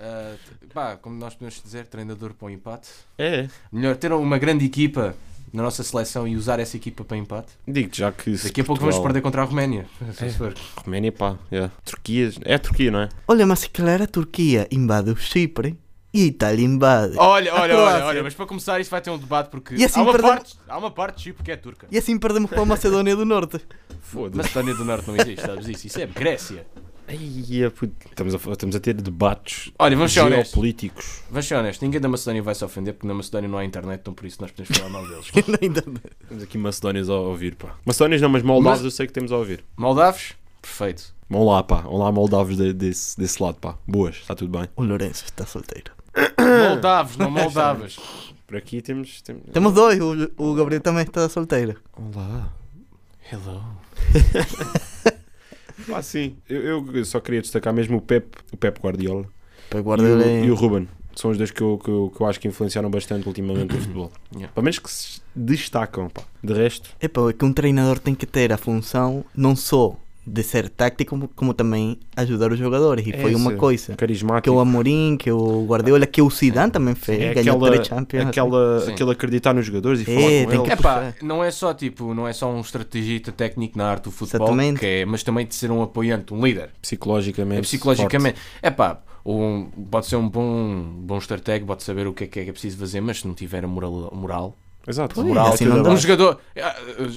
Speaker 3: ah, t- pá, como nós podemos dizer, treinador para o empate.
Speaker 1: É.
Speaker 3: Melhor ter uma grande equipa na nossa seleção e usar essa equipa para empate.
Speaker 1: Digo-te já que. se
Speaker 3: Daqui a pouco
Speaker 1: Portugal-
Speaker 3: vamos perder contra a Roménia.
Speaker 1: É.
Speaker 3: se for.
Speaker 1: Roménia, pá. Yeah. Turquia. É a Turquia, não é?
Speaker 2: Olha, mas se calhar a Turquia invade o Chipre e a Itália invade.
Speaker 1: Oh.
Speaker 3: Olha, olha, olha,
Speaker 2: Croácia.
Speaker 3: olha, mas para começar isto vai ter um debate porque
Speaker 2: E assim
Speaker 3: há, uma
Speaker 2: perdemos-
Speaker 3: parte, há uma parte tipo que é turca.
Speaker 2: E assim perdemos para a Macedónia do Norte.
Speaker 1: Foda-se.
Speaker 3: Macedónia do Norte não existe, sabes isso? Isso é Grécia.
Speaker 1: Ai, é puto. Estamos, a, fa- estamos a ter debates
Speaker 3: Olha, vamos ser honestos.
Speaker 1: geopolíticos.
Speaker 3: Vamos ser honestos, ninguém da Macedónia vai se ofender porque na Macedónia não há internet, então por isso nós podemos falar mal deles.
Speaker 2: Na internet.
Speaker 1: Temos aqui Macedónias a ouvir, pá. Macedónias não, mas Moldavos
Speaker 3: Mas-
Speaker 1: eu sei que temos a ouvir.
Speaker 3: Moldavos? Perfeito.
Speaker 1: Vão lá, pá. Vão lá moldavos de- desse, desse lado, pá. Boas, está tudo bem.
Speaker 2: o Lourenço está solteiro.
Speaker 3: Moldavos, não Moldavas.
Speaker 1: Por aqui temos. temos...
Speaker 2: Temos dois, o, o Gabriel também está solteiro.
Speaker 1: Olá.
Speaker 3: Hello.
Speaker 1: Ah, sim. Eu, eu só queria destacar mesmo o Pep, o Pep Guardiola
Speaker 2: Para
Speaker 1: e o,
Speaker 2: guardar
Speaker 1: e o Ruben. São os dois que eu, que, eu, que eu acho que influenciaram bastante ultimamente o futebol.
Speaker 3: Yeah.
Speaker 1: Pelo menos que se destacam, pá. De resto,
Speaker 2: Epá, é que um treinador tem que ter a função não só de ser tático, como, como também ajudar os jogadores. E foi uma
Speaker 1: Esse.
Speaker 2: coisa que
Speaker 1: carismático.
Speaker 2: o Amorim, que o Guardiola, que o Zidane também fez.
Speaker 1: é
Speaker 2: ganhou
Speaker 1: aquela,
Speaker 2: três Champions.
Speaker 1: aquela,
Speaker 3: Sim.
Speaker 1: aquele acreditar nos jogadores e falar
Speaker 2: É,
Speaker 1: com
Speaker 2: tem
Speaker 1: eles.
Speaker 2: que-
Speaker 3: É pá,
Speaker 2: puxar.
Speaker 3: não é só tipo, não é só um estrategista técnico na arte do futebol,
Speaker 2: Exatamente.
Speaker 3: que é, mas também de ser um apoiante, um líder.
Speaker 1: Psicologicamente.
Speaker 3: É psicologicamente. É pá, um, pode ser um bom, bom estratega, pode saber o que é que é que é preciso fazer, mas se não tiver a moral. moral
Speaker 1: forte. Exato.
Speaker 2: Pois,
Speaker 1: Moral,
Speaker 2: assim
Speaker 1: tudo
Speaker 2: não dá.
Speaker 1: bem.
Speaker 3: um jogador.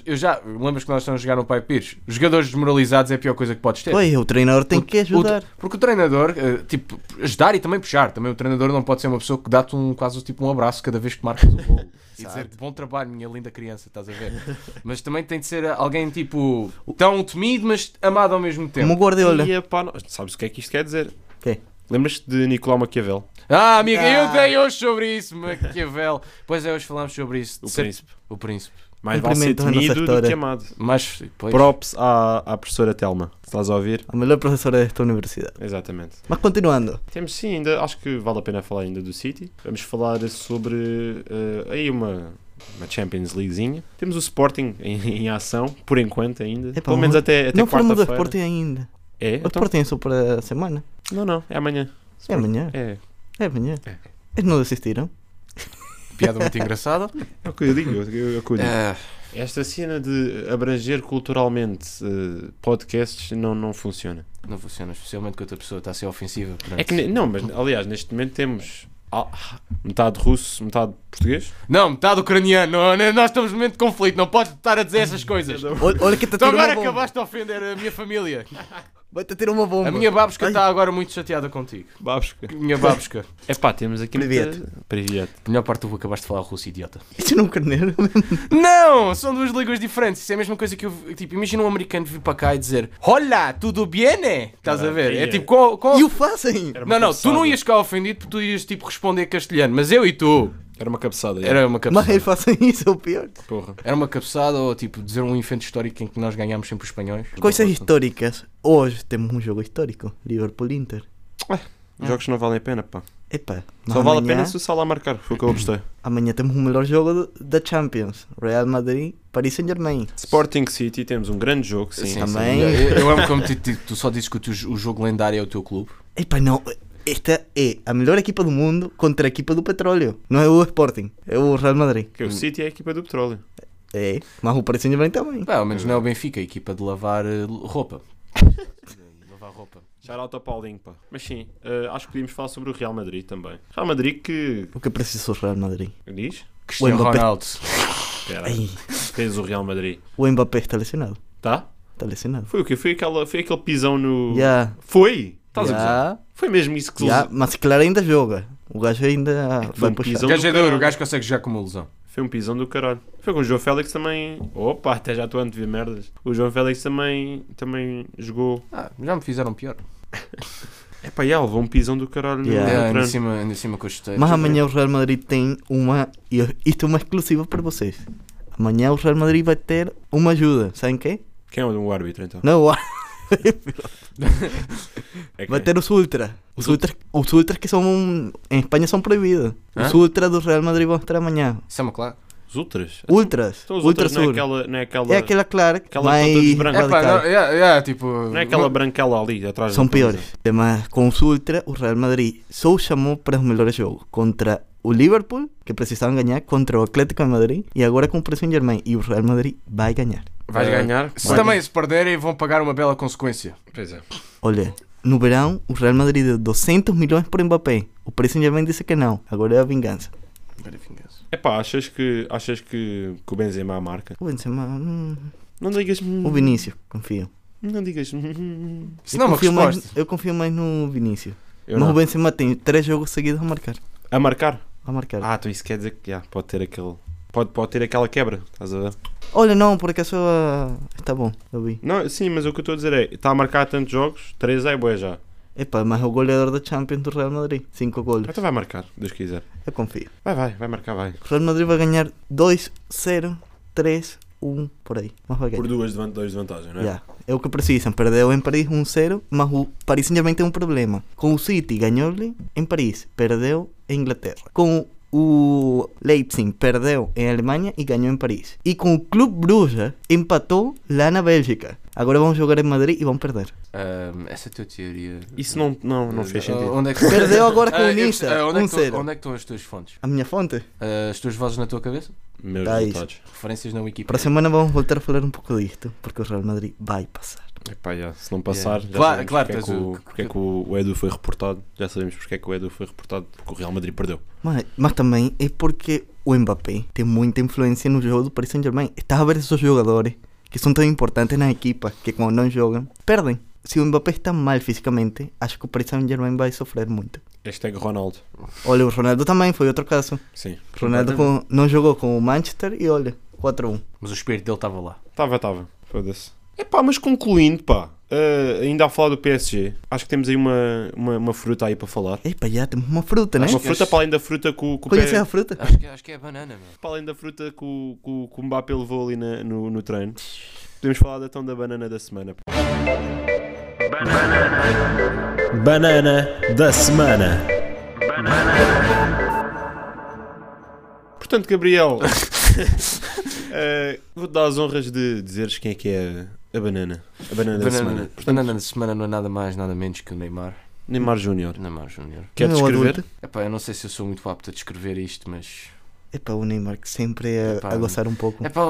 Speaker 3: Eu já. Lembras que nós estamos a jogar no Pai Pires? Jogadores desmoralizados é a pior coisa que podes ter.
Speaker 2: Pois, o treinador tem
Speaker 1: é
Speaker 2: que
Speaker 3: O-
Speaker 2: ajudar.
Speaker 3: porque o treinador, eh, tipo, ajudar e também puxar. Também o treinador não pode ser uma pessoa que dá-te um, quase tipo um abraço cada vez que marcas o gol. e dizer bom trabalho, minha linda criança, estás a ver? mas também tem de ser alguém tipo tão temido, mas amado ao
Speaker 2: Como
Speaker 3: mesmo
Speaker 2: o
Speaker 3: tempo.
Speaker 2: Guardiola. é
Speaker 1: E, epá, não- sabes o que é que isto quer dizer?
Speaker 2: Quê?
Speaker 1: Lembras-te de Nicolau Maquiavel?
Speaker 3: Ah, amiga, eu
Speaker 2: Ah.
Speaker 3: dei hoje sobre isso, Maquiavel. Pois é, hoje falámos sobre isso.
Speaker 1: O
Speaker 3: Ser-
Speaker 1: príncipe.
Speaker 3: O príncipe.
Speaker 1: Mais vale ser
Speaker 2: Cumprimento da nossa
Speaker 1: temido do
Speaker 2: história.
Speaker 1: que amado.
Speaker 3: Mas, pois,
Speaker 1: Props à, à professora Telma. Se Estás a ouvir?
Speaker 2: A melhor professora desta universidade.
Speaker 1: Exatamente.
Speaker 2: Mas continuando.
Speaker 1: Temos sim, ainda acho que vale a pena falar ainda do City. Vamos falar sobre eh, aí uma, uma Champions Leaguezinha. Temos o Sporting em, em ação, por enquanto ainda.
Speaker 2: Epá,
Speaker 1: Pelo menos
Speaker 2: não-
Speaker 1: até, É até
Speaker 2: não falamos do
Speaker 1: quarta-feira.
Speaker 2: Sporting ainda.
Speaker 1: É,
Speaker 2: O
Speaker 1: então,
Speaker 2: Sporting é só para a semana.
Speaker 1: não, não, é amanhã.
Speaker 2: É amanhã.
Speaker 1: É,
Speaker 2: É amanhã.
Speaker 1: É.
Speaker 2: Eles não desistiram.
Speaker 3: piada muito engraçada.
Speaker 1: é o que eu digo. é o que eu- é o que eu digo.
Speaker 3: Ah,
Speaker 1: Esta cena de abranger culturalmente eh, podcasts não, não funciona.
Speaker 3: não funciona, especialmente quando a pessoa está a ser ofensiva.
Speaker 1: É que, ne- não, mas aliás, neste momento temos ah, metade russo, metade português.
Speaker 3: Não, metade ucraniano, não, não, nós estamos num momento de conflito, não podes estar a dizer essas coisas.
Speaker 2: Olha, olha que te
Speaker 3: Tu
Speaker 1: Então
Speaker 2: tirou
Speaker 3: agora
Speaker 2: uma bomba.
Speaker 3: acabaste de ofender a minha família.
Speaker 2: Vai-te tirar uma bomba.
Speaker 3: A minha babusca
Speaker 2: Ai.
Speaker 3: está agora muito chateada contigo.
Speaker 1: Babusca.
Speaker 3: Minha babusca.
Speaker 1: É pá, temos aqui
Speaker 2: Privet.
Speaker 1: muita- Privet.
Speaker 3: A melhor parte tu acabaste de falar russo, idiota.
Speaker 2: Isso não é um carneiro.
Speaker 3: Não, são duas línguas diferentes. Isso é a mesma coisa que eu. Tipo, imagina um americano vir para cá e dizer: Olá, tudo bem? Estás a ver? É
Speaker 1: Maravilha.
Speaker 3: tipo, com. com-
Speaker 2: E o fazem.
Speaker 1: Ah, Era uma
Speaker 3: Não, não, tu
Speaker 1: cabeçada.
Speaker 3: não ias ficar ofendido porque tu ias tipo responder castelhano, mas eu e tu.
Speaker 1: Era uma cabeçada. Era
Speaker 3: Era uma
Speaker 2: Mas
Speaker 3: cabeçada.
Speaker 2: eles fazem isso, é o pior.
Speaker 1: porra.
Speaker 3: Era uma cabeçada ou tipo dizer um evento histórico em que nós ganhámos sempre os espanhóis.
Speaker 2: Coisas históricas. Hoje temos um jogo histórico. Liverpool-Inter.
Speaker 1: Os é. Jogos não valem a pena, pá.
Speaker 2: Epa. mas
Speaker 1: Só vale a
Speaker 2: amanhã-
Speaker 1: pena se o Salah marcar. Foi o que eu apostei.
Speaker 2: Amanhã temos o melhor jogo do- da Champions. Real Madrid, Paris Saint-Germain.
Speaker 1: Sporting City, temos um grande jogo, sim.
Speaker 2: também.
Speaker 3: Eu, eu amo como tu, tu- tu só dizes que o, teu- o jogo lendário é o teu clube.
Speaker 2: Epa, não. Esta é a melhor equipa do mundo contra a equipa do petróleo. Não é o Sporting, é o Real Madrid.
Speaker 1: Porque o City é a equipa do petróleo.
Speaker 2: É, mas o Paris Saint-Germain também.
Speaker 3: Pá, ao menos não é o Benfica, a equipa de lavar eh, roupa. De lavar roupa.
Speaker 1: Shout ao Paulinho, pá. Mas sim, eh, acho que podíamos falar sobre o Real Madrid também. Real Madrid que.
Speaker 2: O que precisou o Real Madrid?
Speaker 1: Diz?
Speaker 3: Cristiano
Speaker 2: Mbappé-
Speaker 3: Ronaldo.
Speaker 1: Espera.
Speaker 2: Ei,
Speaker 1: Tens o Real Madrid.
Speaker 2: o Mbappé está lesionado.
Speaker 1: Tá?
Speaker 2: Está lesionado.
Speaker 1: Foi o quê? Foi, aquela, foi aquele pisão no.
Speaker 2: Já.
Speaker 1: Foi! Estás a gozar?
Speaker 2: Já.
Speaker 1: Foi mesmo isso que.
Speaker 2: Já. Mas claro, ainda joga. O gajo ainda
Speaker 1: que foi
Speaker 2: vai
Speaker 1: um
Speaker 2: puxar.
Speaker 1: pisão.
Speaker 3: O gajo é
Speaker 1: do
Speaker 3: duro,
Speaker 1: caralho.
Speaker 3: o gajo consegue jogar com uma lesão.
Speaker 1: Foi um pisão do caralho. Foi com o João Félix também. Opa, até já estou a antever merdas. O João Félix também, também jogou.
Speaker 3: Ah, já me fizeram pior.
Speaker 1: Epá, já levou um pisão do caralho no,
Speaker 2: Yeah.
Speaker 1: no
Speaker 3: É, ainda em
Speaker 1: crânio.
Speaker 3: cima, ainda em cima com os
Speaker 1: um
Speaker 3: chuteiros.
Speaker 2: Mas amanhã o Real Madrid tem uma. e Isto é uma exclusiva para vocês. Amanhã o Real Madrid vai ter uma ajuda. Sabem quê?
Speaker 1: Quem é o árbitro então?
Speaker 2: Não,
Speaker 1: É
Speaker 2: Vai
Speaker 1: quem?
Speaker 2: ter os ultras. Os ultras, os ultras que são. Em Espanha são proibidos. Os
Speaker 3: Hã?
Speaker 2: ultras do Real Madrid vão estar amanhã.
Speaker 3: Isso é uma clara.
Speaker 1: Os ultras?
Speaker 2: Ultras.
Speaker 1: Então os
Speaker 2: Ultra
Speaker 1: ultras não é
Speaker 2: Sur.
Speaker 1: aquela. Não é aquela,
Speaker 2: É aquela clara.
Speaker 1: aquela
Speaker 2: mais
Speaker 1: puta dos brancos.
Speaker 3: É pá,
Speaker 2: radical.
Speaker 3: não, é- é, tipo.
Speaker 1: não é aquela branquela ali atrás
Speaker 2: São
Speaker 1: da camisa.
Speaker 2: piores. Mas com os ultras, o Real Madrid só os chamou para os melhores jogos. Contra o Liverpool, que precisavam ganhar, contra o Atlético de Madrid. E agora com o Paris Saint-Germain. E o Real Madrid vai ganhar.
Speaker 1: Vais
Speaker 3: É.
Speaker 1: ganhar?
Speaker 3: Se
Speaker 1: Vai.
Speaker 3: também se perderem, vão pagar uma bela consequência.
Speaker 1: Pois é.
Speaker 2: Olha, no verão, o Real Madrid deu 200 milhões por Mbappé. O Paris Saint-Germain disse que não. Agora é a vingança.
Speaker 1: Epá, achas que, achas que, que o Benzema marca?
Speaker 2: O Benzema... mm, hum,
Speaker 1: Não digas. hum,
Speaker 2: o Vinícius, confio.
Speaker 1: Não digas. hum.
Speaker 3: Isso não é uma
Speaker 2: confio mais-
Speaker 3: resposta.
Speaker 2: eu confio mais no Vinícius.
Speaker 1: Eu
Speaker 2: Mas
Speaker 1: não.
Speaker 2: o Benzema tem três jogos seguidos a marcar.
Speaker 1: A marcar?
Speaker 2: A marcar.
Speaker 1: Ah, então isso quer dizer que já, pode ter aquele. Pode, pode ter aquela quebra, estás a ver?
Speaker 2: Olha, não, por acaso ah, está bom, eu vi.
Speaker 1: Não, sim, mas o que eu estou a dizer é: está a marcar tantos jogos, 3 é boa já.
Speaker 2: Epa, mas é o goleador da Champions do Real Madrid. Cinco golos,
Speaker 1: Então vai marcar, Deus quiser.
Speaker 2: eu confio.
Speaker 1: Vai, vai, vai marcar, vai.
Speaker 2: O Real Madrid vai ganhar 2, 0, 3, 1, por aí. Mas vai ganhar.
Speaker 1: Por duas de, dois de vantagem, não é?
Speaker 2: Já, é o que precisam. Perdeu em Paris 1-0, mas o Paris Saint-Germain tem um problema. Com o City ganhou-lhe em Paris, perdeu em Inglaterra. Com o Leipzig perdeu em Alemanha e ganhou em Paris. E com o Clube Bruges empatou lá na Bélgica. Agora vão jogar em Madrid e vão perder.
Speaker 3: Ahm, essa é tua teoria.
Speaker 1: Isso não, não, não fez
Speaker 3: Ah,
Speaker 1: sentido.
Speaker 3: Onde é que...
Speaker 2: Perdeu agora com o Um
Speaker 3: Ah, eu-
Speaker 2: Nice,
Speaker 3: ah, onde, é que tu-
Speaker 2: 1-0.
Speaker 3: onde é que estão as tuas fontes?
Speaker 2: A minha fonte?
Speaker 3: Ah, as tuas vozes na tua cabeça?
Speaker 1: Meus
Speaker 2: Tá isso.
Speaker 1: resultados.
Speaker 3: Referências na Wikipedia?
Speaker 2: Para a semana vamos voltar a falar um pouco disto, porque o Real Madrid vai passar.
Speaker 1: Epá, já, se não passar,
Speaker 3: Yeah.
Speaker 1: já
Speaker 3: Claro-
Speaker 1: sabemos
Speaker 3: claro,
Speaker 1: porque, é
Speaker 3: tens
Speaker 1: que o,
Speaker 3: o-
Speaker 1: porque é que o o Edu foi reportado. Já sabemos porque é que o Edu foi reportado. Porque o Real Madrid perdeu.
Speaker 2: Mas, mas também é porque o Mbappé tem muita influência no jogo do Paris Saint-Germain. Estás a ver esses jogadores que são tão importantes nas equipas que quando não jogam, perdem. Se o Mbappé está mal fisicamente, acho que o Paris Saint-Germain vai sofrer muito.
Speaker 1: Hashtag Ronaldo.
Speaker 2: Olha, o Ronaldo também foi outro caso.
Speaker 1: Sim.
Speaker 2: Ronaldo com- não jogou com o Manchester e olha, 4-1.
Speaker 3: Mas o espírito dele estava lá.
Speaker 1: Estava, estava. Foda-se. Epá, mas concluindo, pá. ah, ainda a falar do PSG. Acho que temos aí uma, uma, uma fruta aí para falar.
Speaker 2: Epa, já temos uma fruta, né?
Speaker 1: Uma
Speaker 3: que
Speaker 1: fruta
Speaker 3: este-
Speaker 1: para além da fruta que o, que o
Speaker 2: Conheces a
Speaker 1: Pe-
Speaker 2: fruta?
Speaker 3: Acho que, acho que é a banana, meu.
Speaker 1: para além da fruta que o, que o, que o Mbappé levou ali na- no, no treino. Podemos falar da tão da banana da semana. pá.
Speaker 4: Banana da semana.
Speaker 1: Portanto, Gabriel, ah, vou-te dar as honras de dizeres quem é que é a, a banana. A banana, da semana.
Speaker 3: Banana,
Speaker 1: Portanto,
Speaker 3: banana da semana não é nada mais, nada menos que o Neymar.
Speaker 1: Neymar Júnior.
Speaker 3: Neymar Júnior.
Speaker 1: Quer
Speaker 2: Não,
Speaker 1: descrever?
Speaker 2: adulto.
Speaker 3: Epá, eu não sei se eu sou muito apto a descrever isto, mas.
Speaker 2: Epa, o Neymar que sempre é
Speaker 3: Epá,
Speaker 2: a gozar um pouco.
Speaker 3: Epá,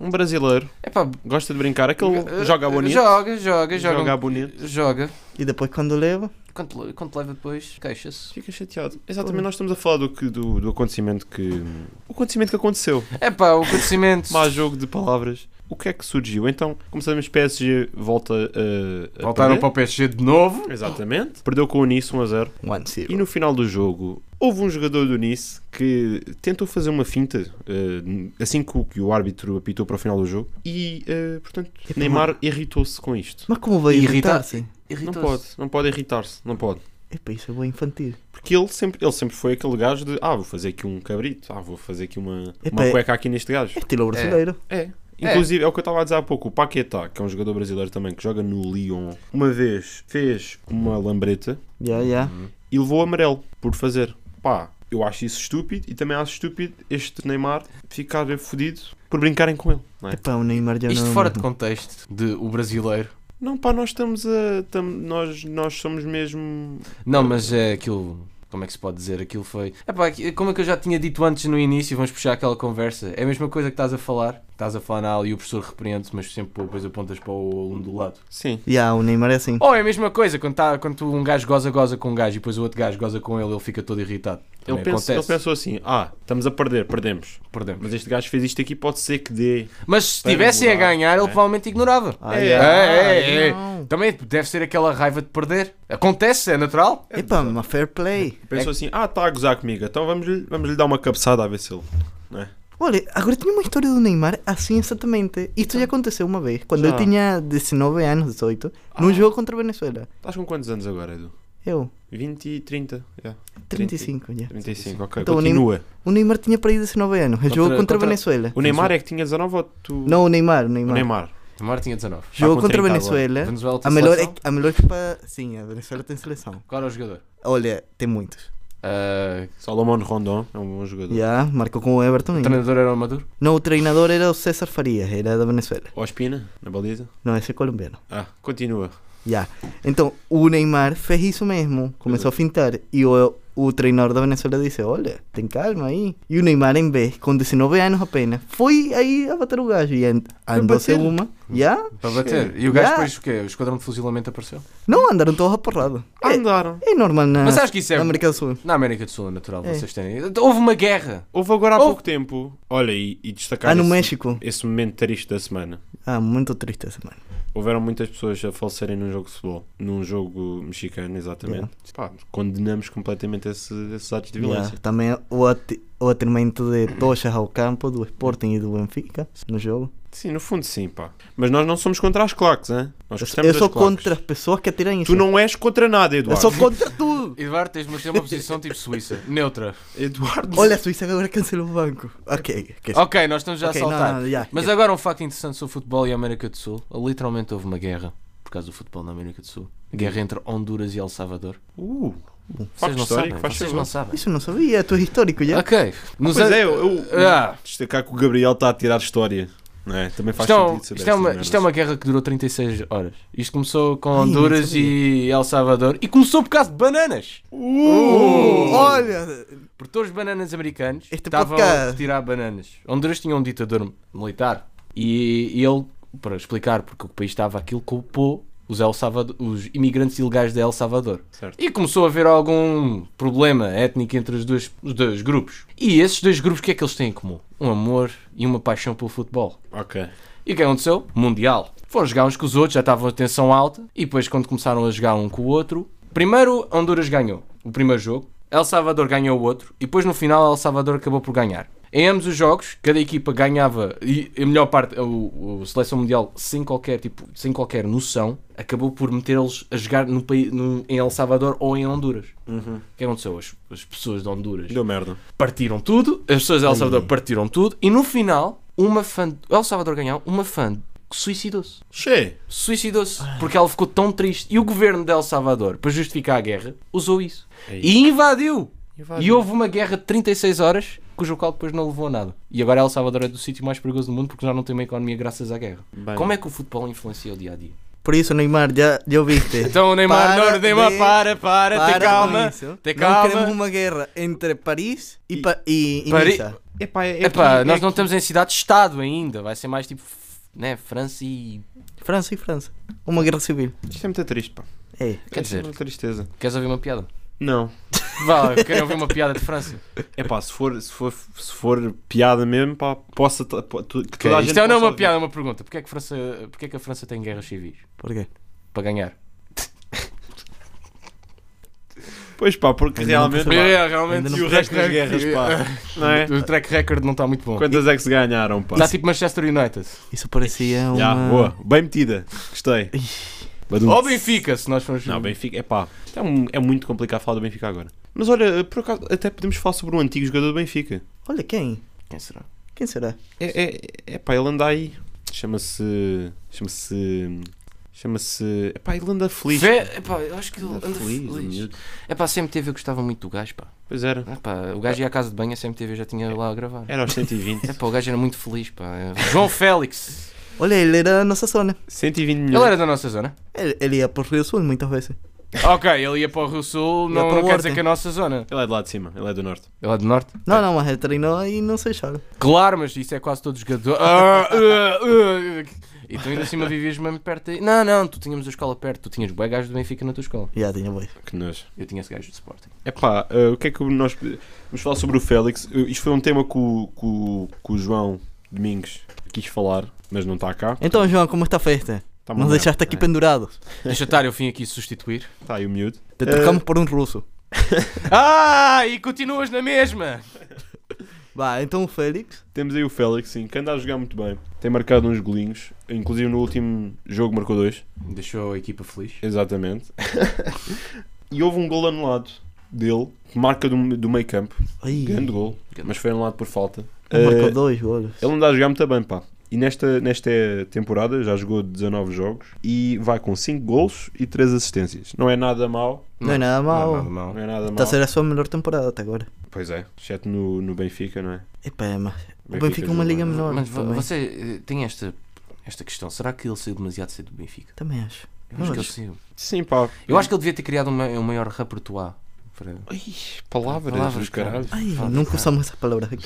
Speaker 1: Um brasileiro.
Speaker 3: epá,
Speaker 1: Gosta de brincar. Aquele
Speaker 3: eh,
Speaker 1: joga bonito.
Speaker 3: Joga, joga, joga. um
Speaker 1: Joga bonito.
Speaker 3: Joga.
Speaker 2: E depois quando leva,
Speaker 3: Quando, le- quando leva depois, queixa-se.
Speaker 1: Fica chateado. Exatamente, nós estamos a falar do, que, do, do acontecimento que. O acontecimento que aconteceu.
Speaker 3: Epá, o conhecimento.
Speaker 1: Má jogo de palavras. O que é que surgiu? Então, como sabemos, PSG volta a. a
Speaker 3: Voltaram
Speaker 1: perder. Hum,
Speaker 3: para o PSG de novo.
Speaker 1: Exatamente. Perdeu com o Nice 1 a 0.
Speaker 2: 1-0.
Speaker 1: E no final do jogo, houve um jogador do Nice que tentou fazer uma finta eh, assim que o, que o árbitro apitou para o final do jogo. E, eh, portanto,
Speaker 3: é
Speaker 2: Epá,
Speaker 1: Neymar irritou-se com isto.
Speaker 2: Mas como vai
Speaker 3: Irrita-
Speaker 2: irritar-se?
Speaker 1: Não
Speaker 3: Irritou-se.
Speaker 1: pode, não pode irritar-se, não pode.
Speaker 2: Epa, isso é bem infantil.
Speaker 1: Porque ele sempre, ele sempre foi aquele gajo de ah, vou fazer aqui um cabrito, ah, vou fazer aqui uma,
Speaker 2: Epá,
Speaker 1: uma
Speaker 2: é-
Speaker 1: cueca aqui neste gajo.
Speaker 2: É estilo brasileiro.
Speaker 1: É. Inclusive, é. o que eu estava a dizer há pouco, o Paquetá, que é um jogador brasileiro também, que joga no Lyon, uma vez fez uma lambreta
Speaker 2: Já, já.
Speaker 1: e levou amarelo por fazer. Pá, eu acho isso estúpido e também acho estúpido este Neymar ficar fodido por brincarem com ele. Não, é?
Speaker 2: Epá, o Neymar já
Speaker 3: Isto
Speaker 2: não é o
Speaker 3: fora de
Speaker 2: mesmo.
Speaker 3: contexto de o brasileiro.
Speaker 1: não pá, nós estamos a. tam- nós, nós somos mesmo.
Speaker 3: Não, mas é aquilo. Como é que se pode dizer? Aquilo foi. Epá, aqui- como é que eu já tinha dito antes no início, vamos puxar aquela conversa. É a mesma coisa que estás a falar. Estás a falar na aula e o professor repreende-se, mas sempre depois apontas para o aluno do lado.
Speaker 1: Sim.
Speaker 2: Já, o Neymar é assim.
Speaker 3: Ou é a mesma coisa, quando, tá, quando tu- um gajo goza, goza com um gajo e depois o outro gajo goza com ele, ele fica todo irritado. Também
Speaker 1: Ele, pensa, ele
Speaker 3: acontece.
Speaker 1: pensou assim: ah, estamos a perder, perdemos.
Speaker 3: Perdemos.
Speaker 1: Mas este gajo fez isto aqui, pode ser que dê.
Speaker 3: Mas se
Speaker 1: Para
Speaker 3: estivessem a
Speaker 1: mudar,
Speaker 3: ganhar, ele
Speaker 1: é?
Speaker 3: provavelmente ignorava.
Speaker 2: Ai,
Speaker 1: É,
Speaker 3: eh,
Speaker 2: ai,
Speaker 3: é, é.
Speaker 2: não.
Speaker 3: Também deve ser aquela raiva de perder. Acontece, é natural.
Speaker 2: Epa, mas fair play.
Speaker 1: Pensou assim: ah, está a gozar comigo, então vamos lhe, vamos lhe dar uma cabeçada a ver se ele.
Speaker 2: Olha, agora tenho uma história do Neymar assim exatamente. Isto já aconteceu uma vez, quando
Speaker 1: Já.
Speaker 2: eu tinha 19 anos, 18, num jogo contra a Venezuela.
Speaker 1: Estás com quantos anos agora, Edu?
Speaker 2: Eu,
Speaker 1: 20 e É. 30, yeah.
Speaker 2: 35 já.
Speaker 1: 35, ok.
Speaker 2: Então, o
Speaker 1: Continua.
Speaker 2: O Neymar tinha para aí 19 anos, eu jogo contra,
Speaker 3: contra-
Speaker 2: a Venezuela.
Speaker 1: O Neymar é que tinha 19 ou tu?
Speaker 2: Não, o Neymar, o
Speaker 1: o
Speaker 2: Neymar.
Speaker 1: Neymar.
Speaker 3: Neymar tinha 19.
Speaker 2: Jogo
Speaker 1: com
Speaker 2: contra a
Speaker 1: 30 agora.
Speaker 2: Venezuela.
Speaker 3: Venezuela tem
Speaker 2: A melhor,
Speaker 3: seleção?
Speaker 2: a melhor equipa. Sim, a Venezuela tem seleção.
Speaker 3: Qual era o jogador?
Speaker 2: Olha, tem muitos.
Speaker 3: Ah,
Speaker 1: Salomão Rondon é um bom jogador.
Speaker 2: Já, marcou com o Everton.
Speaker 3: o
Speaker 2: e-
Speaker 3: treinador era o Maduro?
Speaker 2: Não, o treinador era o César Farias, era da Venezuela.
Speaker 1: Ospina, na baliza.
Speaker 2: Não, esse é colombiano.
Speaker 1: Ah, continua.
Speaker 2: Já. Então, o Neymar fez isso mesmo. Começou a fintar. E o, o treinador da Venezuela disse: Olha, tem calma aí. E o Neymar, em vez, com 19 anos apenas, foi aí a bater o gajo. E and- andou-se
Speaker 1: bater?
Speaker 2: uma. Já?
Speaker 3: Para bater. E o gajo
Speaker 2: Yeah.
Speaker 3: depois o quê? O esquadrão de fuzilamento apareceu?
Speaker 2: Não, andaram todos a porrada. É,
Speaker 1: Andaram.
Speaker 2: é normal na,
Speaker 3: Mas sabes que isso é.
Speaker 2: na América do Sul.
Speaker 3: Na América do Sul é natural,
Speaker 2: É.
Speaker 3: vocês têm. Houve uma guerra.
Speaker 1: Houve agora há
Speaker 3: Houve.
Speaker 1: pouco tempo. Olha, e, e destacar
Speaker 2: Ah, no
Speaker 1: esse,
Speaker 2: México.
Speaker 1: esse momento triste da semana.
Speaker 2: Ah, muito triste essa semana.
Speaker 1: Houveram muitas pessoas a falecerem num jogo de futebol. Num jogo mexicano, exatamente. Pá, condenamos completamente esse- esses atos de violência.
Speaker 2: Já, Também o, ati- o atirmento de tochas ao campo do Sporting e do Benfica no jogo.
Speaker 1: Sim, no fundo sim, pá. Mas nós não somos contra as claques, hein? Nós gostamos
Speaker 2: Eu sou
Speaker 1: das claques.
Speaker 2: Pues contra as pessoas que atiram isso.
Speaker 1: Tu não és contra nada,
Speaker 2: Eu
Speaker 1: Eduardo.
Speaker 2: sou contra tudo.
Speaker 3: Eduardo, tens de manter uma posição tipo Suíça. Neutra.
Speaker 1: Eduardo.
Speaker 2: Olha, a Suíça agora cancelou o banco. Ok, ok.
Speaker 3: Ok, nós estamos já
Speaker 2: Ok,
Speaker 3: a
Speaker 2: não,
Speaker 3: saltar.
Speaker 2: não, já,
Speaker 3: Mas
Speaker 2: já.
Speaker 3: agora um facto interessante sobre o futebol e a América do Sul. Literalmente houve uma guerra por causa do futebol na América do Sul. Guerra entre Honduras e El Salvador.
Speaker 1: Uh, Facto
Speaker 3: não
Speaker 1: histórico,
Speaker 3: sabem.
Speaker 1: faz
Speaker 3: Vocês
Speaker 1: favor.
Speaker 3: não sabem.
Speaker 2: Isso é- eu não sabia, tu és histórico já.
Speaker 3: Ok. Nos
Speaker 1: Pois
Speaker 3: an-
Speaker 1: é, eu, eu
Speaker 3: Ah.
Speaker 1: destacar que o Gabriel está a tirar história. Não é? Também faz
Speaker 3: Isto é, um-
Speaker 1: sentido saber
Speaker 3: isto, é uma,
Speaker 1: estas
Speaker 3: isto é uma
Speaker 1: merdas.
Speaker 3: guerra que durou 36 horas. Isto começou com
Speaker 2: Ai, não
Speaker 3: Honduras e El Salvador. E começou por causa de bananas.
Speaker 2: Uh, Olha,
Speaker 3: Produtores de bananas americanos
Speaker 2: Este
Speaker 3: estavam a
Speaker 2: podcast.
Speaker 3: tirar bananas. Honduras tinha um ditador militar. E, e ele, para explicar porque o país estava aquilo, culpou os, El Salvador, os imigrantes ilegais de El Salvador.
Speaker 1: Certo.
Speaker 3: E começou a haver algum problema étnico entre os dois, os dois grupos. E esses dois grupos, o que é que eles têm em comum? Um amor e uma paixão pelo futebol.
Speaker 1: Ok.
Speaker 3: E o que aconteceu? Mundial. Foram jogar uns com os outros, já estavam a tensão alta, e depois quando começaram a jogar um com o outro, primeiro Honduras ganhou o primeiro jogo, El Salvador ganhou o outro, e depois no final El Salvador acabou por ganhar. Em ambos os jogos, cada equipa ganhava, e a melhor parte, o, o Seleção Mundial, sem qualquer, tipo, sem qualquer noção, acabou por metê-los a jogar no, paí- no- em El Salvador ou em Honduras. O que aconteceu? As, as pessoas de Honduras
Speaker 1: Deu merda.
Speaker 3: partiram tudo, as pessoas de El Salvador partiram tudo, e no final, uma fã, El Salvador ganhou, uma fã suicidou-se.
Speaker 1: Che.
Speaker 3: Suicidou-se porque ela ficou tão triste. E o governo de El Salvador, para justificar a guerra, usou isso e invadiu. E houve uma guerra de 36 horas, cujo qual depois não levou a nada. E agora El Salvador é do sítio mais perigoso do mundo porque já não tem uma economia graças à guerra.
Speaker 1: Bem.
Speaker 3: Como é que o futebol influencia o dia a dia?
Speaker 2: por isso Neymar, já, já ouviste.
Speaker 3: Então, Neymar,
Speaker 2: Para
Speaker 3: não, Neymar,
Speaker 2: de-
Speaker 3: para, para,
Speaker 2: Para
Speaker 3: tem
Speaker 2: com
Speaker 3: calma,
Speaker 2: isso.
Speaker 3: tem
Speaker 2: Não
Speaker 3: calma.
Speaker 2: queremos uma guerra entre Paris e, Pa- e, e
Speaker 3: Pari-
Speaker 2: Niza.
Speaker 1: Epá, é,
Speaker 3: Epá,
Speaker 1: que-
Speaker 3: nós
Speaker 1: é
Speaker 3: não
Speaker 1: que-
Speaker 3: estamos em cidade-estado ainda. Vai ser mais tipo, f- né, França e...
Speaker 2: França e França. Uma guerra civil. Eh,
Speaker 1: Isto é muito triste, pá.
Speaker 2: É.
Speaker 3: Quer
Speaker 1: Isto é
Speaker 3: dizer,
Speaker 1: uma tristeza.
Speaker 3: queres ouvir uma piada?
Speaker 1: Não.
Speaker 3: Vá, querem ouvir uma piada de França?
Speaker 1: Epá, se for, se for, se for piada mesmo, pá, possa. t- po- tu- que toda a gente
Speaker 3: Isto é não é
Speaker 1: possa
Speaker 3: uma
Speaker 1: ouvir.
Speaker 3: piada, é uma pergunta. Porquê é que, França, porquê é que a França tem guerras civis?
Speaker 2: Por quê?
Speaker 3: Para ganhar.
Speaker 1: Pois pá, porque
Speaker 2: Ainda
Speaker 1: realmente.
Speaker 2: não percebi.
Speaker 3: É, realmente.
Speaker 2: Ainda não
Speaker 1: E o resto das guerras, pá. Não é?
Speaker 3: O track record não está muito bom.
Speaker 1: Quantas é que se ganharam, pá?
Speaker 3: Está tipo Manchester United.
Speaker 2: Isso parecia uma...
Speaker 1: Já, boa. Bem metida. Gostei. Badum.
Speaker 3: Ou Benfica, se nós formos...
Speaker 1: Não, Benfica, é pá, é, um- é muito complicado falar do Benfica agora. Mas olha, por acaso, até podemos falar sobre um antigo jogador do Benfica.
Speaker 2: Olha quem?
Speaker 3: Quem será?
Speaker 2: Quem será?
Speaker 1: É, é, é pá, ele anda aí. Chama-se. Chama-se. Chama-se. É pá, ele anda feliz.
Speaker 3: Fé- Epá, eu acho que ele
Speaker 1: Anda
Speaker 3: anda
Speaker 1: feliz, o
Speaker 3: feliz.
Speaker 1: miúdo.
Speaker 3: Epá, a CMTV eu gostava muito do gajo, pá.
Speaker 1: Pois era.
Speaker 3: Epá, o gajo ia à casa de banho, a CMTV já tinha lá a gravar.
Speaker 1: Era aos 120.
Speaker 3: Epá, o gajo era muito feliz, pá. João Félix.
Speaker 2: Olha, ele era da nossa zona.
Speaker 1: 120 milhões.
Speaker 3: Ele era da nossa zona.
Speaker 2: Ele, ele ia por Rio Sul muitas vezes.
Speaker 3: Ok, ele ia para o Rio Sul,
Speaker 2: Ia
Speaker 3: não,
Speaker 2: para
Speaker 3: não
Speaker 2: o
Speaker 3: quer dizer
Speaker 2: Horta.
Speaker 3: que é a nossa zona.
Speaker 1: Ele é de lá de cima, ele é do norte.
Speaker 3: Ele é do Norte?
Speaker 2: Não, não, mas ele treinou e não sei chora.
Speaker 3: Claro, mas isso é quase todos os jogadores. Ah, ah, ah. E tu ainda acima vivias mesmo perto aí. Não, não, tu tínhamos a escola perto. Tu tinhas bué gajos do Benfica na tua escola.
Speaker 2: Já tinha bois.
Speaker 1: Que nojo.
Speaker 3: Eu tinha esse gajo de Sporting.
Speaker 1: É pá, eh, o que é que nós. Vamos falar sobre o Félix. Eh, Isto foi um tema que o, que o- que o João Domingos quis falar, mas não está cá. Tá
Speaker 2: Então, João, como está a festa?
Speaker 1: Está
Speaker 2: Nos deixaste
Speaker 1: É.
Speaker 2: aqui pendurados.
Speaker 3: Deixa estar, eu vim aqui substituir.
Speaker 1: Está aí o miúdo.
Speaker 2: Te
Speaker 1: Eh,
Speaker 2: trocamos por um russo.
Speaker 3: Ah, e continuas na mesma.
Speaker 2: Vá, então o Félix.
Speaker 1: Temos aí o Félix, sim, que anda a jogar muito bem. Tem marcado uns golinhos, inclusive no último jogo marcou dois.
Speaker 3: Deixou a equipa feliz.
Speaker 1: Exatamente. e houve um gol anulado dele, que marca do, do meio campo.
Speaker 2: Ai,
Speaker 1: Grande gol, mas foi anulado por falta.
Speaker 2: ele
Speaker 1: Eh,
Speaker 2: marcou dois golos.
Speaker 1: Ele anda a jogar muito bem, pá. E nesta, nesta temporada já jogou 19 jogos e vai com 5 gols e 3 assistências. Não é nada mau.
Speaker 2: Não é nada
Speaker 3: Não,
Speaker 2: mal.
Speaker 3: nada mal.
Speaker 1: Não é nada
Speaker 2: Está
Speaker 1: mau.
Speaker 2: a ser a sua melhor temporada até agora.
Speaker 1: Pois é, exceto no, no Benfica, não é?
Speaker 2: Epá, é, mas o Benfica é uma
Speaker 1: jogou
Speaker 2: liga
Speaker 1: bem.
Speaker 2: menor.
Speaker 3: Mas vo-
Speaker 2: também.
Speaker 3: você eh, tem esta, esta questão. Será que ele saiu demasiado cedo do Benfica?
Speaker 2: Também acho.
Speaker 3: Eu
Speaker 2: Não
Speaker 3: acho que ele
Speaker 2: acho.
Speaker 3: saiu.
Speaker 1: Sim, pá.
Speaker 3: Eu acho que ele devia ter criado um, ma- um maior repertoire. para-
Speaker 1: Ai, palavras,
Speaker 3: Palavras,
Speaker 1: dos caralhos.
Speaker 2: Ai,
Speaker 3: Foda-se,
Speaker 2: nunca
Speaker 3: cara.
Speaker 2: usamos essas palavras aqui.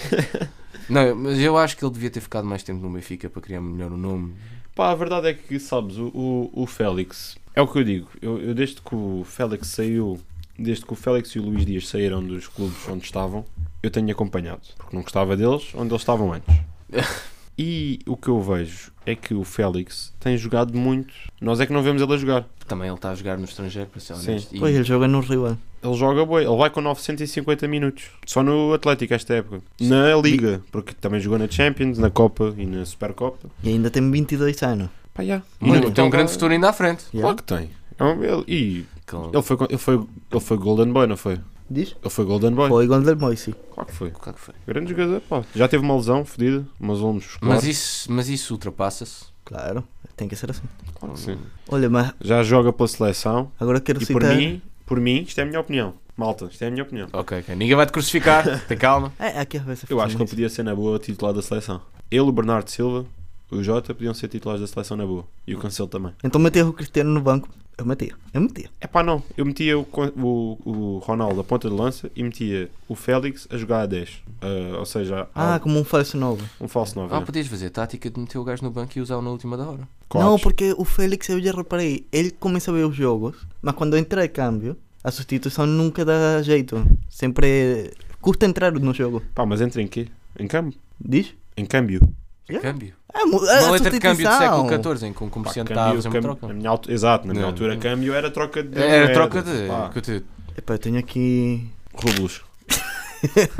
Speaker 3: Não, mas eu acho que ele devia ter ficado mais tempo no Benfica para criar melhor o nome.
Speaker 1: Pá, a verdade é que, sabes, o, o, o Félix, é o que eu digo, eu, eu desde que o Félix saiu, desde que o Félix e o Luís Dias saíram dos clubes onde estavam, eu tenho acompanhado, porque não gostava deles, onde eles estavam antes. E o que eu vejo é que o Félix tem jogado muito. Nós é que não vemos ele a jogar.
Speaker 3: Também ele está a jogar no estrangeiro, para ser
Speaker 1: Sim.
Speaker 3: honesto. E
Speaker 2: Pois ele joga no rival.
Speaker 1: Ele joga boi, ele vai com 950 minutos. Só no Atlético esta época. Na Liga, porque também jogou na Champions, na Copa e na Supercopa.
Speaker 2: E ainda tem 22 anos.
Speaker 1: Pá, já. E
Speaker 3: muito-
Speaker 1: no-
Speaker 3: tem um grande futuro ainda à frente.
Speaker 2: Já?
Speaker 1: Claro que tem. É um- ele- e
Speaker 3: Com-
Speaker 1: Ele foi, ele, foi, ele foi Golden Boy, não foi?
Speaker 2: Diz?
Speaker 1: Ele foi Golden Boy.
Speaker 2: Foi gol del Moise.
Speaker 1: Claro que foi.
Speaker 3: claro que foi.
Speaker 1: Grande jogador, pá. Já teve uma lesão fodida, umas lesões
Speaker 3: Mas
Speaker 1: musculares.
Speaker 3: isso, mas isso ultrapassa-se.
Speaker 2: Claro, tem que ser assim.
Speaker 1: Claro que sim.
Speaker 2: Olha, mas
Speaker 1: Já joga pela seleção.
Speaker 2: agora quero
Speaker 1: E por
Speaker 2: citar.
Speaker 1: mim, por mim, isto é a minha opinião. Malta, isto é a minha opinião.
Speaker 3: Ok, ok. Ninguém vai te crucificar. Tem calma.
Speaker 2: É, aqui às vezes
Speaker 1: Eu acho que ele
Speaker 2: fazem
Speaker 1: podia ser na boa titular da seleção. Ele, o Bernardo Silva, o Jota podiam ser titulares da seleção na boa. E o Cancelo também.
Speaker 2: isso. Então meter o Cristiano no banco. Eu metia, eu metia.
Speaker 1: É pá, não. Eu metia o, Con- o, o Ronaldo a ponta de lança e metia o Félix a jogar a 10. Ah, ou seja,
Speaker 2: Ah,
Speaker 1: a-
Speaker 2: como um falso novo.
Speaker 1: um falso 9.
Speaker 3: Ah, podias fazer tática de meter o gajo no banco e usá-lo na última da hora.
Speaker 2: Não, porque o Félix, eu já reparei, ele começa a ver os jogos, mas quando entra de câmbio, a substituição nunca dá jeito. Sempre custa entrar no jogo.
Speaker 1: Pá, mas entra em quê? Em campo?
Speaker 2: Diz?
Speaker 1: Em câmbio.
Speaker 2: Yeah.
Speaker 3: Câmbio.
Speaker 2: É, mu- é
Speaker 3: Uma
Speaker 2: a
Speaker 3: letra de câmbio do século
Speaker 2: substituição.
Speaker 3: XIV, em que um
Speaker 1: Pá,
Speaker 3: comerciante está a
Speaker 1: câmbio,
Speaker 3: fazer uma
Speaker 1: câmbio-
Speaker 3: troca.
Speaker 1: na minha altu- Exato, na minha
Speaker 3: Não.
Speaker 1: altura câmbio era troca de.
Speaker 3: Era
Speaker 1: moedas,
Speaker 3: troca de.
Speaker 1: pá.
Speaker 3: que tu-
Speaker 2: Epá, eu tenho aqui.
Speaker 1: Rublos.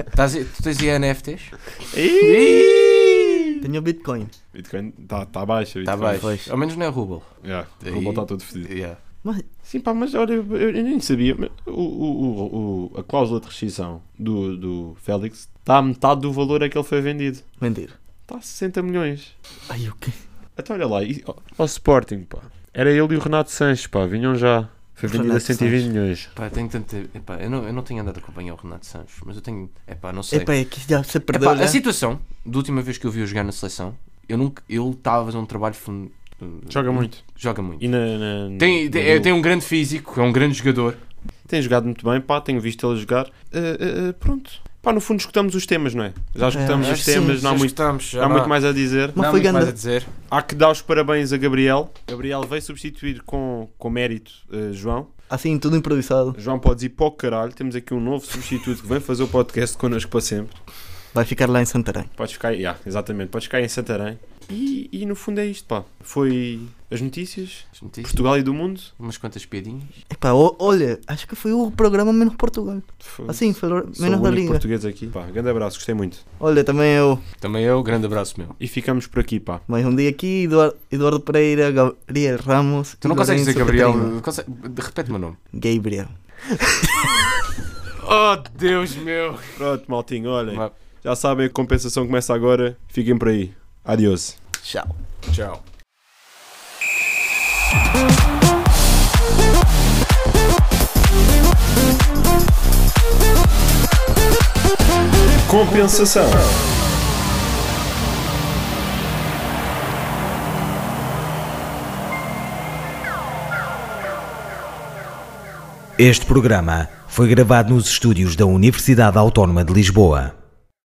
Speaker 3: Estás, tu tens aí NFTs?
Speaker 1: Ih!
Speaker 2: Tenho Bitcoin.
Speaker 1: Bitcoin está tá baixa.
Speaker 3: Está
Speaker 1: Bitcoin.
Speaker 3: bem.
Speaker 2: Pois.
Speaker 3: Ao menos não é Ruble.
Speaker 1: Yeah,
Speaker 3: Daí-
Speaker 1: Rublo está todo fedido.
Speaker 3: Yeah.
Speaker 2: Mas
Speaker 1: Sim, pá, mas olha, eu, eu nem sabia. mas O, o, o- o- a cláusula de rescisão do, do Félix está a metade do valor a que ele foi vendido.
Speaker 2: mentira.
Speaker 1: Está a 60 milhões.
Speaker 2: Ai, o quê?
Speaker 1: Até olha lá. E, ó, ó, Sporting, pá. Era ele e o Renato Sanches, pá. Vinham já. Foi vendido
Speaker 2: Renato
Speaker 1: a 120
Speaker 2: Sanches.
Speaker 1: milhões.
Speaker 3: Pá, eu tenho tanto. Epá, eu, não, eu não tenho andado a acompanhar o Renato Santos, mas eu tenho. Epá, não sei.
Speaker 2: Epá, é que já se
Speaker 3: Epá, assim-
Speaker 2: perdeu. já.
Speaker 3: a situação, da última vez que eu vi o jogar na seleção, eu nunca, ele estava a fazer um trabalho. fen-
Speaker 1: Joga muito.
Speaker 3: Joga muito.
Speaker 1: E na, na-
Speaker 3: Tem,
Speaker 1: no-
Speaker 3: tem, é- tem um grande físico, é um grande jogador.
Speaker 1: Tem jogado muito bem, pá. Tenho visto ele jogar. Ah, ah, ah, pronto. Pá, no fundo escutamos os temas, não é? Já escutamos
Speaker 2: Acho
Speaker 1: os temas. não há muito,
Speaker 3: estamos,
Speaker 1: não há muito mais a dizer.
Speaker 2: Mas foi
Speaker 3: mais a
Speaker 2: grande.
Speaker 3: dizer.
Speaker 1: Há que dar os parabéns a Gabriel. Gabriel veio substituir com, com mérito eh, João.
Speaker 2: Assim, tudo improvisado.
Speaker 1: João pode ir para o caralho. Temos aqui um novo substituto que vem fazer o podcast connosco para sempre.
Speaker 2: Vai ficar lá em Santarém.
Speaker 1: Podes ficar, yeah, exatamente, podes ficar em Santarém. E, e no fundo é isto, pá. Foi as notícias,
Speaker 3: As notícias,
Speaker 1: Portugal e do mundo.
Speaker 3: Umas quantas piadinhas.
Speaker 2: Epá, o- olha, acho que foi o programa menos Portugal.
Speaker 1: Foi-
Speaker 2: Assim, falou
Speaker 1: Sou
Speaker 2: menos
Speaker 1: o
Speaker 2: da
Speaker 1: único
Speaker 2: língua.
Speaker 1: português aqui. Pá, grande abraço, gostei muito.
Speaker 2: Olha, também eu.
Speaker 3: Também eu, grande abraço meu.
Speaker 1: E ficamos por aqui, pá.
Speaker 2: Mais um dia aqui, Eduardo, Eduardo Pereira, Gabriel Ramos.
Speaker 3: Tu não consegues dizer
Speaker 2: Lourenço
Speaker 3: Gabriel.
Speaker 2: Catarino.
Speaker 3: consegue- Repete o meu nome.
Speaker 2: Gabriel.
Speaker 3: Oh Deus meu!
Speaker 1: Pronto, maltinho, olhem.
Speaker 3: Vá.
Speaker 1: Já sabem, a compensação começa agora. Fiquem por aí. Adiós.
Speaker 2: Tchau.
Speaker 3: Tchau.
Speaker 1: Compensação.
Speaker 5: Este programa foi gravado nos estúdios da Universidade Autónoma de Lisboa.